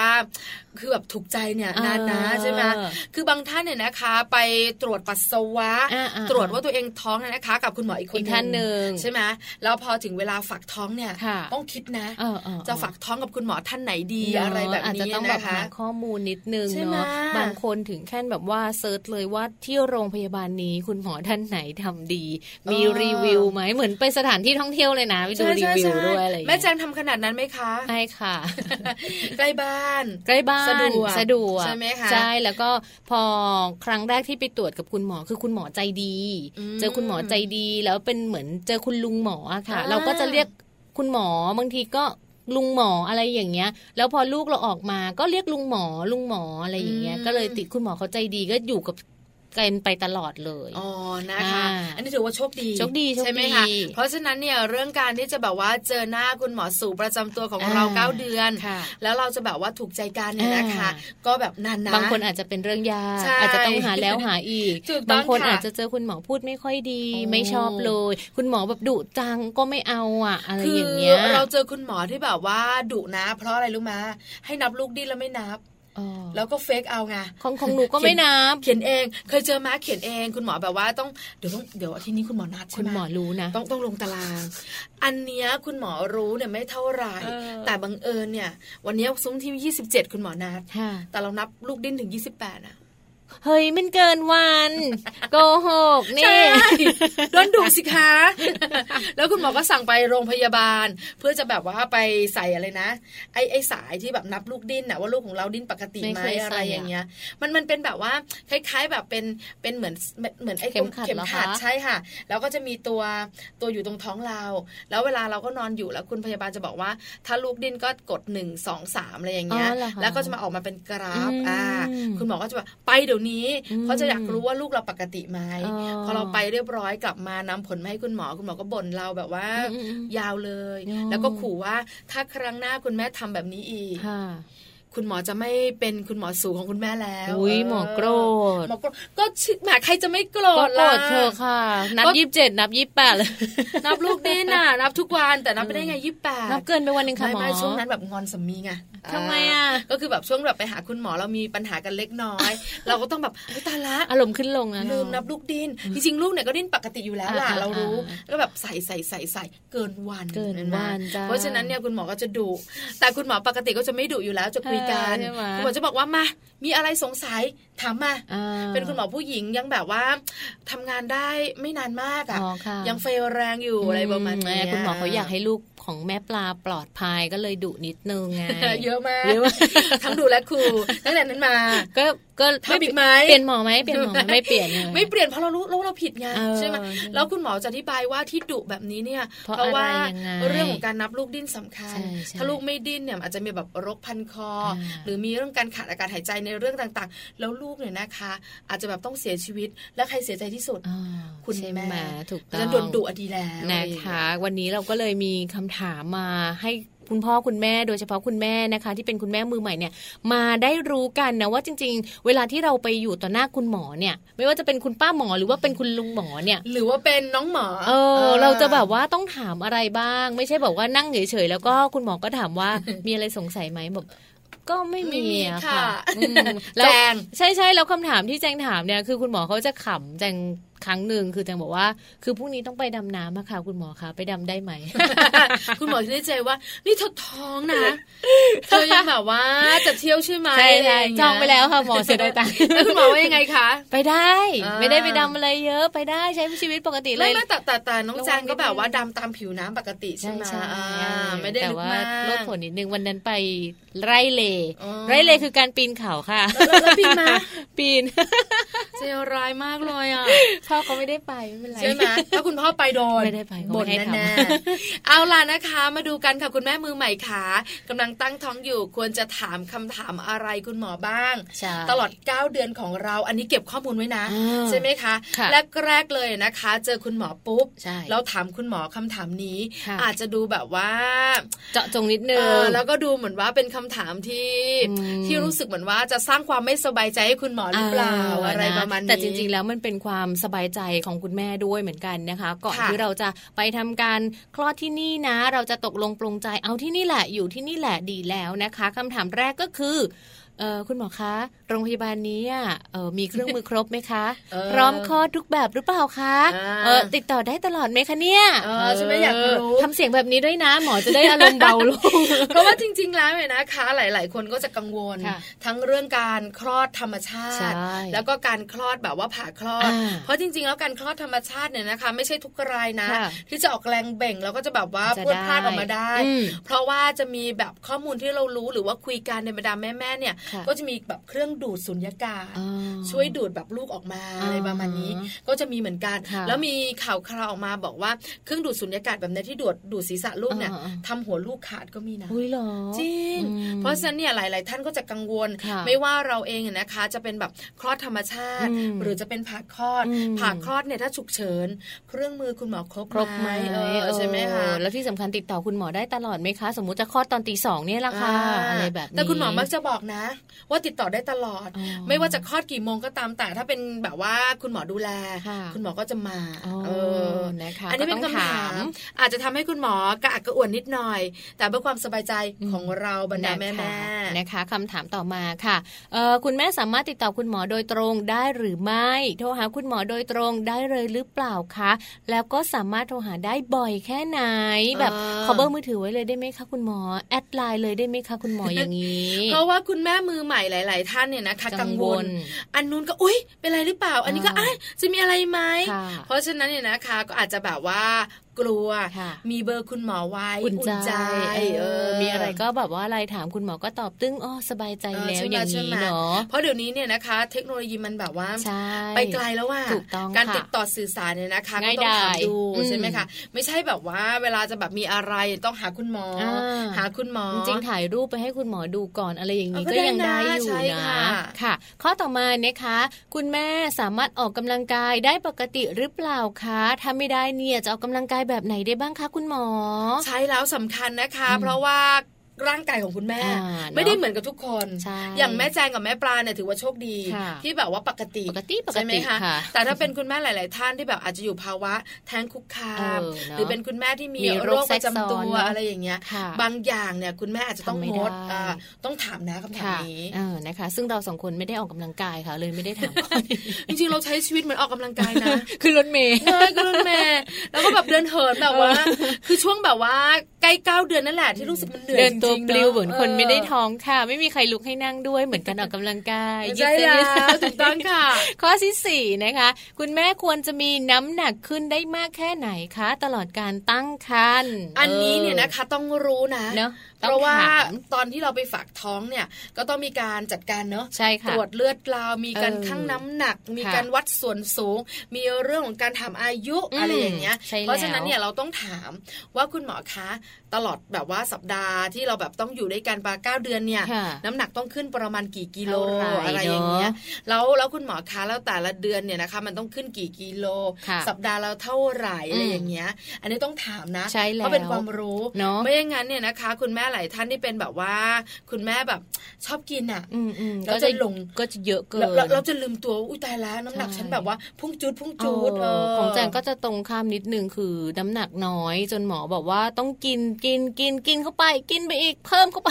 Speaker 3: คือแบบถูกใจเนี่ยนานนะใช่ไหม
Speaker 2: เออ
Speaker 3: คือบางท่านเนี่ยนะคะ ไปตรวจปัสสาวะ
Speaker 2: อ่าอ่า
Speaker 3: ตรวจว่าตัวเองท้องเนี่ยนะคะ กับคุณหมออีกคน
Speaker 2: อีกท่านหนึ่ง
Speaker 3: ใช่ไหมแล้วพอถึงเวลาฝากท้องเนี่ย
Speaker 2: ค่ะ
Speaker 3: ต้องคิดนะ
Speaker 2: เออเออเออ
Speaker 3: จะฝากท้องกับคุณหมอท่านไหนดีอะไรแบบ
Speaker 2: อาจจะ
Speaker 3: นี้
Speaker 2: ต้องแบบ
Speaker 3: นะคะ
Speaker 2: หาข้อมูลนิดนึง
Speaker 3: ใช่ไหม
Speaker 2: เนาะบางคนถึงขั้นแบบว่าเซิร์ชเลยว่าที่โรงพยาบาลนี้คุณหมอท่านไหนทำดี มีรีวิวไหมเหมือนไปสถานที่ท่องเที่ยวเลยนะไปดู
Speaker 3: ใช่
Speaker 2: รี
Speaker 3: ใช่
Speaker 2: วิว
Speaker 3: ใช่
Speaker 2: ด้วยอะไรอย่าง
Speaker 3: แม่
Speaker 2: เงี้ย
Speaker 3: แจงทำขนาดนั้นไหมคะ
Speaker 2: ใช่ค่ะ
Speaker 3: ใกล้บ้าน
Speaker 2: ใกล้บ้าน
Speaker 3: สะดวก
Speaker 2: สะดวก
Speaker 3: ใช่ไหมคะ
Speaker 2: ใช่แล้วก็พอครั้งแรกที่ไปตรวจกับคุณหมอคือคุณหมอใจดี
Speaker 3: อืม
Speaker 2: เจอคุณหมอใจดีแล้วเป็นเหมือนเจอคุณลุงหมออะค่ะ
Speaker 3: อ่า
Speaker 2: เราก็จะเรียกคุณหมอบางทีก็ลุงหมออะไรอย่างเงี้ย แล้วพอลูกเราออกมาก็เรียกลุงหมอลุงหมออะไรอย่างเงี้ยก็เลยติดคุณหมอเขาใจดีก็อยู่กับกันไปตลอดเลย
Speaker 3: อ๋อ นะคะ
Speaker 2: อ่า
Speaker 3: อันนี้ถือว่าโชคดี
Speaker 2: โชคดีโชคดี
Speaker 3: ใช่ไหมคะ เพราะฉะนั้นเนี่ยเรื่องการที่จะแบบว่าเจอหน้าคุณหมอสู่ประจำตัวของ
Speaker 2: อ่า
Speaker 3: เราเก้าเดือน
Speaker 2: ค่ะ
Speaker 3: แล้วเราจะแบบว่าถูกใจกันเนี่ยนะคะ
Speaker 2: อ่า
Speaker 3: ก็แบบนานนะ
Speaker 2: บางคนอาจจะเป็นเรื่องยาก
Speaker 3: ใช่
Speaker 2: อาจจะต้องหาแล้วหาอีก
Speaker 3: ถูกต้อง
Speaker 2: บางคน
Speaker 3: ค่ะ
Speaker 2: อาจจะเจอคุณหมอพูดไม่ค่อยดี
Speaker 3: โอ้
Speaker 2: ไม่ชอบเลย คุณหมอแบบดุจังก็ไม่เอาอ่ะ อะไร
Speaker 3: คือ
Speaker 2: อย่างเงี้ย
Speaker 3: เราเจอคุณหมอที่แบบว่าดุนะ เพราะอะไรรู้มาให้นับลูกดิ้นแล้วไม่นับ
Speaker 2: อ๋อ
Speaker 3: แล้วก็เฟกเอาไง
Speaker 2: ของของหนูก็ไม่นับ
Speaker 3: เขียนเอง เคยเจอมาเขียนเอง คุณหมอแบบว่าต้อง เดี๋ยวต้องเดี๋ยวอาทีนี้คุณหมอนัดใช่
Speaker 2: คุณ
Speaker 3: ไหม
Speaker 2: หมอรู้นะ
Speaker 3: ต้องต้องลงตาราง อันเนี้ยคุณหมอรู้เนี่ยไม่เท่าไหร่
Speaker 2: เออ
Speaker 3: แต่บังเอิญเนี่ย วันเนี้ยซุ้มที่ 27 คุณหมอนัด
Speaker 2: ค่ะ
Speaker 3: แต่เรานับลูกดิ้นถึง 28นะ
Speaker 2: เฮ้ยมันเกินวันโกหกนี่
Speaker 3: โดนดุสิคะ แล้วคุณหมอก็สั่งไปโรงพยาบาล เพื่อจะแบบว่าไปใส่อะไรนะ ไอไอสายที่แบบนับลูกดิ้นนะว่าลูกของเราดิ้นปกติ
Speaker 2: ไม่
Speaker 3: ไหม
Speaker 2: เคย
Speaker 3: อะ
Speaker 2: ใส่
Speaker 3: ไร
Speaker 2: อะ
Speaker 3: อย่างเงี้ย มันมันเป็นแบบว่าคล้ายๆแบบเป็นเป็นเหมือนเหมือนไอ
Speaker 2: เข็มขัด
Speaker 3: เข็ม
Speaker 2: เหรอ
Speaker 3: ขัด
Speaker 2: คะ
Speaker 3: ใช่ค่ะ แล้วก็จะมีตัวตัวอยู่ตรงท้องเรา แล้วเวลาเราก็นอนอยู่แล้วคุณพยาบาลจะบอกว่า ถ้าลูกดิ้นก็กดหนึ่งสองสามอะไรอย่างเงี้ย
Speaker 2: อ๋อเหรอคะ
Speaker 3: แล้วก็จะมาออกมาเป็นกราฟ
Speaker 2: อืม
Speaker 3: อ่าคุณหมอก็จะแบบไปเดี๋ยว นี้
Speaker 2: อืม
Speaker 3: เพราะจะอยากรู้ว่าลูกเราปกติไหม
Speaker 2: อ๋อ
Speaker 3: พอเราไปเรียบร้อยกลับมานำผลมาให้คุณหมอคุณหมอก็บ่นเราแบบว่า
Speaker 2: อืมอืม
Speaker 3: ยาวเลย
Speaker 2: อ๋อ
Speaker 3: แล้วก็ขู่ว่าถ้าครั้งหน้าคุณแม่ทำแบบนี้อีก
Speaker 2: ค่ะ
Speaker 3: คุณหมอจะไม่เป็นคุณหมอสูของคุณแม่แล้ว
Speaker 2: อุ๊ยหมอโกรธ
Speaker 3: หมอโกรธก็ชิแหมใครจะไม่โกร
Speaker 2: ก็
Speaker 3: ธ
Speaker 2: โปร
Speaker 3: ล่ะ
Speaker 2: ดเธอค่ะ นับ
Speaker 3: ก็
Speaker 2: ยี่สิบเจ็ดนับยี่สิบแปดเลย
Speaker 3: นับลูกดิ้นน่ะนับทุกวันแต่นับไปได้ไงยี่แปด
Speaker 2: นับเกินไปวันหนึ่งค่ะ
Speaker 3: ไม่
Speaker 2: หมอ
Speaker 3: ไม่ช่วงนั้นแบบงอนสามีไง
Speaker 2: ทำไมอ่ะ
Speaker 3: ก็คือแบบช่วงแบบไปหาคุณหมอเรามีปัญหากันเล็กน้อย เราก็ต้องแบบเฮ้ยตายละ
Speaker 2: อารมณ์ขึ้นลงอะ
Speaker 3: ลืมนับ
Speaker 2: เา
Speaker 3: ลูกดินจริงๆลูกเนี่ยก็ดิ้นปกติอยู่แล้วล่ะ
Speaker 2: อ่าๆๆ
Speaker 3: เรารู้แล้วแบบใส่ใส่ใส่ใส่เกินวัน
Speaker 2: เกินวันจ้า
Speaker 3: เพราะฉะนั้นเนี่ยคุณหมอก็จะดุแต่คุณหมอปกติก็จะไม่ดุอยู่แล้วจะคุยกัน
Speaker 2: เออใช่ไหม
Speaker 3: คุณหมอจะบอกว่ามามีอะไรสงสัยถามมา
Speaker 2: อ่า
Speaker 3: เป็นคุณหมอผู้หญิงยังแบบว่าทำงานได้ไม่นานมาก
Speaker 2: อ๋อ
Speaker 3: อะ่ะ
Speaker 2: ค่ะ
Speaker 3: ยังเฟลแรงอยู่อะไรประมาณเนี้ย
Speaker 2: อืคุณหมอเขาอยากให้ลูกของแม่ปลาปลอดภัยก็เลยดุนิดนึงไง
Speaker 3: เยอะมาก
Speaker 2: เยอะมาก
Speaker 3: ทั้งดูและครูตั้งแต่นั้น มา
Speaker 2: ก็ก็
Speaker 3: ทำอีกไหม
Speaker 2: เปลี่ยนหมอไหมเปลี่ยนหมอไหมไม่เปลี่ยนลย
Speaker 3: ไม่เปลี่ยนเพราะเรารู้รู้ว่าเราผิดไง
Speaker 2: เออ
Speaker 3: ใช่ไหมแล้วคุณหมอจะอธิบายว่าที่ดุแบบนี้เนี่ย
Speaker 2: เพราะ
Speaker 3: ว่า
Speaker 2: อะไรยังไง
Speaker 3: เรื่องของการนับลูกดิ้นสำคัญ
Speaker 2: ใช่ใช่
Speaker 3: ถ้าลูกไม่ดิ้นเนี่ยอาจจะมีแบบโรคพันคอ
Speaker 2: า
Speaker 3: หรือมีเรื่องการขาดอากาศหายใจในเรื่องต่างๆ แล้วลูกเนี่ยนะคะ อาจจะแบบต้องเสียชีวิตแล้วใครเสียใจที่สุด
Speaker 2: า
Speaker 3: คุณ
Speaker 2: ใช่
Speaker 3: แม่
Speaker 2: ไหถูก
Speaker 3: เพ
Speaker 2: ต้อ
Speaker 3: ราะฉะนั้น
Speaker 2: ง
Speaker 3: โดนดุอะดีแล้ว
Speaker 2: นะคะ วันนี้เราก็เลยมีคำถามมาให้คุณพ่อคุณแม่โดยเฉพาะคุณแม่นะคะ ที่เป็นคุณแม่มือใหม่เนี่ย มาได้รู้กันนะว่าจริง ๆ เวลาที่เราไปอยู่ต่อหน้าคุณหมอเนี่ย ไม่ว่าจะเป็นคุณป้าหมอหรือว่าเป็นคุณลุงหมอเนี่ย
Speaker 3: หรือว่าเป็นน้องหมอ
Speaker 2: เออเราจะแบบว่าต้องถามอะไรบ้าง ไม่ใช่แบบว่านั่งเฉยๆแล้วก็คุณหมอก็ถาม ว่า มีอะไรสงสัยไหมแบบก็ไม่
Speaker 3: ไม่มี
Speaker 2: อะ
Speaker 3: ค่ะ
Speaker 2: อืมล้ว
Speaker 3: แจง
Speaker 2: ใช่ใช่แล้วคำถามที่แจงถามเนี่ยคือคุณหมอเขาจะขำแจงครั้งหนึ่งคือแจงบอกว่า คือพรุ่งนี้ต้องไปดำน้ำอะค่ะ คุณหมอคะไปดำได้ไหม
Speaker 3: คุณหมอคิดในใจว่านี่เธอท้อง นะ เธอยังแบบว่าจะเที่ยวใช่ไหม
Speaker 2: ใช่ใช่
Speaker 3: ะรย่าเย
Speaker 2: จองไปแล้วค่ะหมอเสียดายตังค์
Speaker 3: แล้วคุณหมอว่ายังไงคะ
Speaker 2: ไปได้
Speaker 3: อ่า
Speaker 2: ไม่ได้ไปดำอะไรเยอะไปได้ใช้ชีวิตปกติเล
Speaker 3: ไม่
Speaker 2: ย
Speaker 3: ไม่แต่แต่แต่น้อง
Speaker 2: ระวัง
Speaker 3: แจงก็แบบว่า
Speaker 2: นิดนึ
Speaker 3: ดำ
Speaker 2: ง
Speaker 3: ตามผิวน้ำปกติใช่
Speaker 2: ใช่
Speaker 3: ไหม
Speaker 2: ใช่
Speaker 3: อ่าไม่ได้
Speaker 2: แต่
Speaker 3: ลึก
Speaker 2: ว่าม
Speaker 3: าก
Speaker 2: ลดผลนิดนึงวันนั้นไปไร่เล
Speaker 3: อ๋อ
Speaker 2: ไร่เลคือการปีนเขาค่ะ
Speaker 3: แล้วแล้วพี่มา
Speaker 2: ปีน
Speaker 3: ใจร้ายมากเลยอ่ะ
Speaker 2: พ่อเขาไม่ได้ไปไม่เป็นไร
Speaker 3: ใช่ไหมถ้าคุณพ่อไปโดน
Speaker 2: ไม่ได้ไปเขาไม่
Speaker 3: บ่น
Speaker 2: ให้ทำ
Speaker 3: แน่ๆเอาล่ะนะคะ มาดูกันค่ะคุณแม่มือใหม่ขากำลังตั้งท้องอยู่ควรจะถามคำถามอะไรคุณหมอบ้าง
Speaker 2: ใช่
Speaker 3: ตลอด 9 เดือนของเราอันนี้เก็บข้อมูลไว้นะ
Speaker 2: อ่า
Speaker 3: ใช่ไหมคะ
Speaker 2: ค่ะ
Speaker 3: แรกแรกๆเลยนะคะ เจอคุณหมอปุ๊บ
Speaker 2: ใช่
Speaker 3: เราถามคุณหมอคำถามนี้
Speaker 2: ค่ะ
Speaker 3: อาจจะดูแบบว่า
Speaker 2: เจาะจงนิดนึ
Speaker 3: เอง อแล้วก็ดูเหมือนว่าเป็นคำถามที่
Speaker 2: อืม
Speaker 3: ที่รู้สึกเหมือนว่าจะสร้างความไม่สบายใจให้คุณหมอหรือเปล่าอะไร
Speaker 2: น
Speaker 3: ประมาณนี้
Speaker 2: แต่จริงๆ แล้วมันเป็นความสบายใจของคุณแม่ด้วยเหมือนกันนะคะ ก่อน
Speaker 3: ค่ะ
Speaker 2: ที่เราจะไปทำการคลอดที่นี่นะ เราจะตกลงปรงใจเอาที่นี่แหละอยู่ที่นี่แหละดีแล้วนะคะคำถามแรกก็คือเอ่อคุณหมอคะโรงพยาบาลนี้อ่ะเอ่อมีเครื่องมือครบไหมคะ
Speaker 3: เออ
Speaker 2: พร้อมคลอดทุกแบบหรือเปล่าคะ
Speaker 3: อ่า
Speaker 2: เออติดต่อได้ตลอดไหมคะเนี่ย
Speaker 3: เออฉันไม่อยากรู้
Speaker 2: เออทำเสียงแบบนี้ด้วยนะ หมอจะได้อารมณ์เบาลง
Speaker 3: เพราะว่าจริง ๆ แล้วเนี่ยนะคะ หลาย ๆ คนก็จะกังวล
Speaker 2: ค่ะ
Speaker 3: ทั้งเรื่องการคลอดธรรมชา
Speaker 2: ใช่
Speaker 3: ติ แล้วก็การคลอดแบบว่าผ่าคลอด
Speaker 2: อ่า
Speaker 3: เพราะจริง ๆ แล้วการคลอดธรรมชาติเนี่ยนะคะ ไม่ใช่ทุกรายนะ
Speaker 2: ค่ะ
Speaker 3: ที่จะออกแรงเบ่งแล้วก็จะแบบว่า
Speaker 2: จะ
Speaker 3: พรวดพลาดออกมาได้
Speaker 2: อืม
Speaker 3: เพราะว่าจะมีแบบข้อมูลที่เรารู้หรือว่าคุยกันในบรรดาแม่ ๆ เนี่ย
Speaker 2: ค่ะ
Speaker 3: ก็จะมีแบบเครื่องดูดสุญญากาศ
Speaker 2: อ๋อ
Speaker 3: ช่วยดูดแบบลูกออกมา
Speaker 2: อ่า
Speaker 3: อะไรประมาณนี้ ก็จะมีเหมือนกัน
Speaker 2: ค่ะ
Speaker 3: แล้วมีข่าวคราวออกมาบอกว่าเครื่องดูดสุญญากาศแบบเนี้ยที่ดูดดูดศีรษะลูกเนี่ย
Speaker 2: อ่าอ่า
Speaker 3: ทำหัวลูกขาดก็มีนะ
Speaker 2: อุ้ยเหรอ
Speaker 3: จริง
Speaker 2: อืม
Speaker 3: เพราะฉะนั้นเนี่ยหลาย ๆ ท่านก็จะกังวล
Speaker 2: ค่ะ
Speaker 3: ไม่ว่าเราเองเนี่ยนะคะ จะเป็นแบบคลอดธรรมชาติ
Speaker 2: อืม
Speaker 3: หรือจะเป็นผ่าคลอด
Speaker 2: อืม
Speaker 3: ผ่าคลอดเนี่ยถ้าฉุกเฉิน เครื่องมือคุณหมอครบ
Speaker 2: ครบไหม
Speaker 3: เออใช่ไหมคะ
Speaker 2: เออแล้วที่สำคัญติดต่อคุณหมอได้ตลอดไหมคะ สมมุติจะคลอดตอนตีสองเนี่ยละค่ะ
Speaker 3: อ่า
Speaker 2: อะไรแบบนี้
Speaker 3: แต่คุณหมอมักจะบอกนะ ว่าติดต่อได้ตลอด
Speaker 2: อ๋อ
Speaker 3: ไม่ว่าจะคลอดกี่โมงก็ตามแต่ถ้าเป็นแบบว่าคุณหมอดูแล
Speaker 2: ค่ะ
Speaker 3: คุณหมอก็จะมา
Speaker 2: อ๋อ
Speaker 3: เออ
Speaker 2: นะคะ
Speaker 3: อันนี้เป็น
Speaker 2: ก็ต้ง
Speaker 3: คำถาม อาจจะทำให้คุณหมอกระอักกระอ่วนนิดหน่อย แต่เพื่อความสบายใจของเราบรรดาแม่
Speaker 2: นะคะ
Speaker 3: แม่
Speaker 2: นะคะคำถามต่อมาค่ะเอ่อคุณแม่สามารถติดต่อคุณหมอโดยตรงได้หรือไม่ โทรหาคุณหมอโดยตรงได้เลยหรือเปล่าคะ แล้วก็สามารถโทรหาได้บ่อยแค่ไหน แบบ
Speaker 3: เออ
Speaker 2: ขอเบอร์มือถือไว้เลยได้ไหมคะคุณหมอ แอดไลน์เลยได้ไหมคะคุณหมออย่างนี้
Speaker 3: เพราะว่าคุณแม่มือใหม่หลาย ๆ ท่านเนี่ยนะคะ
Speaker 2: กั
Speaker 3: กั
Speaker 2: ง
Speaker 3: ง
Speaker 2: ว
Speaker 3: ว
Speaker 2: ล
Speaker 3: ล อันนู้นก็อุ้ยเป็นไรหรือเปล่า อันนี้ก็
Speaker 2: อ่า
Speaker 3: อ้ายจะมีอะไรไหม
Speaker 2: ค่ะ
Speaker 3: เพราะฉะนั้นเนี่ยนะคะก็อาจจะแบบว่ากลัว
Speaker 2: ค่ะ
Speaker 3: มีเบอร์คุณหมอไว้
Speaker 2: อุ่นใจ
Speaker 3: เออ
Speaker 2: มีอะไรก็แบบว่าอะไรถามคุณหมอก็ตอบ ตึ้งอ๋อสบายใจ
Speaker 3: เออ
Speaker 2: แล้ว
Speaker 3: ใช่ไหม
Speaker 2: อย่าง
Speaker 3: ใช่
Speaker 2: นี้
Speaker 3: ไหม
Speaker 2: เนาะ
Speaker 3: เพราะเดี๋ยวนี้เนี่ยนะคะ เทคโนโลยีมันแบบว่า
Speaker 2: ใช่
Speaker 3: ไปไกลแล้วว่า
Speaker 2: ถูกต้อง
Speaker 3: การ
Speaker 2: ค่ะ
Speaker 3: ติดต่อสื่อสารเนี่ยนะคะก็
Speaker 2: ง่าย
Speaker 3: ต้องถาม
Speaker 2: ดาย
Speaker 3: ดู
Speaker 2: อืม
Speaker 3: ใช่ไหมคะไม่ใช่แบบว่าเวลาจะแบบมีอะไรต้องหาคุณหมอ
Speaker 2: อ่า
Speaker 3: หาคุณหมอ
Speaker 2: จริงๆถ่ายรูปไปให้คุณหมอดูก่อนอะไรอย่างนี้
Speaker 3: เออก็
Speaker 2: ก็ยังได้
Speaker 3: ได้นะ
Speaker 2: อยู่
Speaker 3: ใช่
Speaker 2: นะ
Speaker 3: ค่ะ
Speaker 2: ค่ะ ข้อต่อมานะคะ คุณแม่สามารถออกกำลังกายได้ปกติหรือเปล่าคะถ้าไม่ได้เนี่ยจะออกกำลังกายแบบไหนได้บ้างคะคุณหมอ
Speaker 3: ใช้แล้วสำคัญนะคะ
Speaker 2: อืม
Speaker 3: เพราะว่าร่างกายของคุณแม่
Speaker 2: อ่าเนอะ
Speaker 3: ไม่ได้เหมือนกับทุกคน
Speaker 2: ใช่
Speaker 3: อย่างแม่แจงกับแม่ปลาเนี่ยถือว่าโชคดี
Speaker 2: ค่ะ
Speaker 3: ที่แบบว่าปกติ
Speaker 2: ปกติปกติ
Speaker 3: ใช่ไหม
Speaker 2: ค่ะ
Speaker 3: แต่ถ้าเป็นคุณแม่หลาย ๆ ท่านที่แบบอาจจะอยู่ภาวะแท้งคุกคาม
Speaker 2: เะ
Speaker 3: หรือเป็นคุณแม่ที่มี
Speaker 2: มีโร
Speaker 3: โร
Speaker 2: ค
Speaker 3: คประจำตั
Speaker 2: แทรกซ้อ
Speaker 3: ว
Speaker 2: นเนอะ
Speaker 3: อะไรอย่างเงี้ย
Speaker 2: ค่ะ
Speaker 3: บางอย่างเนี่ยคุณแม่อาจจะต้อง
Speaker 2: ทำไม่
Speaker 3: งด
Speaker 2: ได้
Speaker 3: อ่าต้องถามนะคำถาม
Speaker 2: ค่ะ
Speaker 3: นี้
Speaker 2: เออนะคะ ซึ่งเราสองคนไม่ได้ออกกำลังกายค่ะ เลยไม่ได้ถามข้อ นี้
Speaker 3: จริง ๆ เราใช้ชีวิตเหมือนออกกำลังกาย นะ
Speaker 2: คือรถเมย์
Speaker 3: ใช่คุณแม่แล้วก็แบบเดินเหินแบบว่า คือช่วงแบบว่าใกล้เก้าเดือนนั่นแหละที่รู้สึกมันเหนื่อย
Speaker 2: เดินตัว
Speaker 3: จริงๆ
Speaker 2: ปลิวเหมือนคนไม่ได้
Speaker 3: อ
Speaker 2: ท้องค่ะ ไม่มีใครลุกให้นั่งด้วยเหมือนกันออกกำลังกาย
Speaker 3: อ
Speaker 2: ยืด
Speaker 3: ใช่
Speaker 2: เส้น
Speaker 3: แล้
Speaker 2: ยืดสา
Speaker 3: วย ถูกต้องค่ะ
Speaker 2: ข้อที่สี่นะคะ คุณแม่ควรจะมีน้ำหนักขึ้นได้มากแค่ไหนคะ ตลอดการตั้งครรภ์
Speaker 3: อันนี้เนี่ยนะคะต้องรู้นะ
Speaker 2: เนอะ
Speaker 3: เพราะว่า
Speaker 2: ต้องถาม
Speaker 3: ตอนที่เราไปฝากท้องเนี่ยก็ต้องมีการจัดการเนอะ
Speaker 2: ใช่ค่ะ
Speaker 3: ตรวจเลือดเรามีการ
Speaker 2: เออ
Speaker 3: ขั้งน้ำหนัก มี
Speaker 2: ค่ะ
Speaker 3: การวัดส่วนสูง มีเรื่องของการถามอายุ
Speaker 2: อืม
Speaker 3: อะไรอย่างเงี้ย
Speaker 2: ใช่
Speaker 3: เพราะฉะนั้น
Speaker 2: แล้ว
Speaker 3: เนี่ยเราต้องถามว่าคุณหมอคะตลอดแบบว่าสัปดาห์ที่เราแบบต้องอยู่ด้วยกันปาเก้าเดือนเนี่ย
Speaker 2: ค่ะ
Speaker 3: น้ำหนักต้องขึ้นประมาณกี่กิโล
Speaker 2: เท่าไหร่
Speaker 3: อะไรอย่างเงี้ยแล้วแล้วคุณหมอคะแล้วแต่ละเดือนเนี่ยนะคะ มันต้องขึ้นกี่กิโล
Speaker 2: ค่ะ
Speaker 3: สัปดาห์เราเท่าไหร่อะไร
Speaker 2: อืม
Speaker 3: อย่างเงี้ย อันนี้ต้องถามนะ
Speaker 2: ใช่แล้ว
Speaker 3: เพราะเป็นความรู้
Speaker 2: เนาะ
Speaker 3: ไม่อย่างนั้นเนี่ยนะคะ คุณแม่หลายท่านที่เป็นแบบว่า คุณแม่แบบชอบกินอ่ะ
Speaker 2: อืมอืม
Speaker 3: เรา
Speaker 2: ก็
Speaker 3: จะ
Speaker 2: จะ
Speaker 3: หลง
Speaker 2: ก็จะเยอะเกิน
Speaker 3: เราเราเราจะลืมตัวว่าอุ้ยตายแล้วน้ำหนัก
Speaker 2: ใช่
Speaker 3: ฉันแบบว่าพุ่งจุดพุ่งจุด
Speaker 2: เอ
Speaker 3: เอ
Speaker 2: อ
Speaker 3: อ
Speaker 2: ของแจงก็จะตรงข้ามนิดนึงคือน้ำหนักน้อย จนหมอบอกว่าต้องกินกินกินกินเข้าไปกินไปอีกเพิ่มเข้า ไป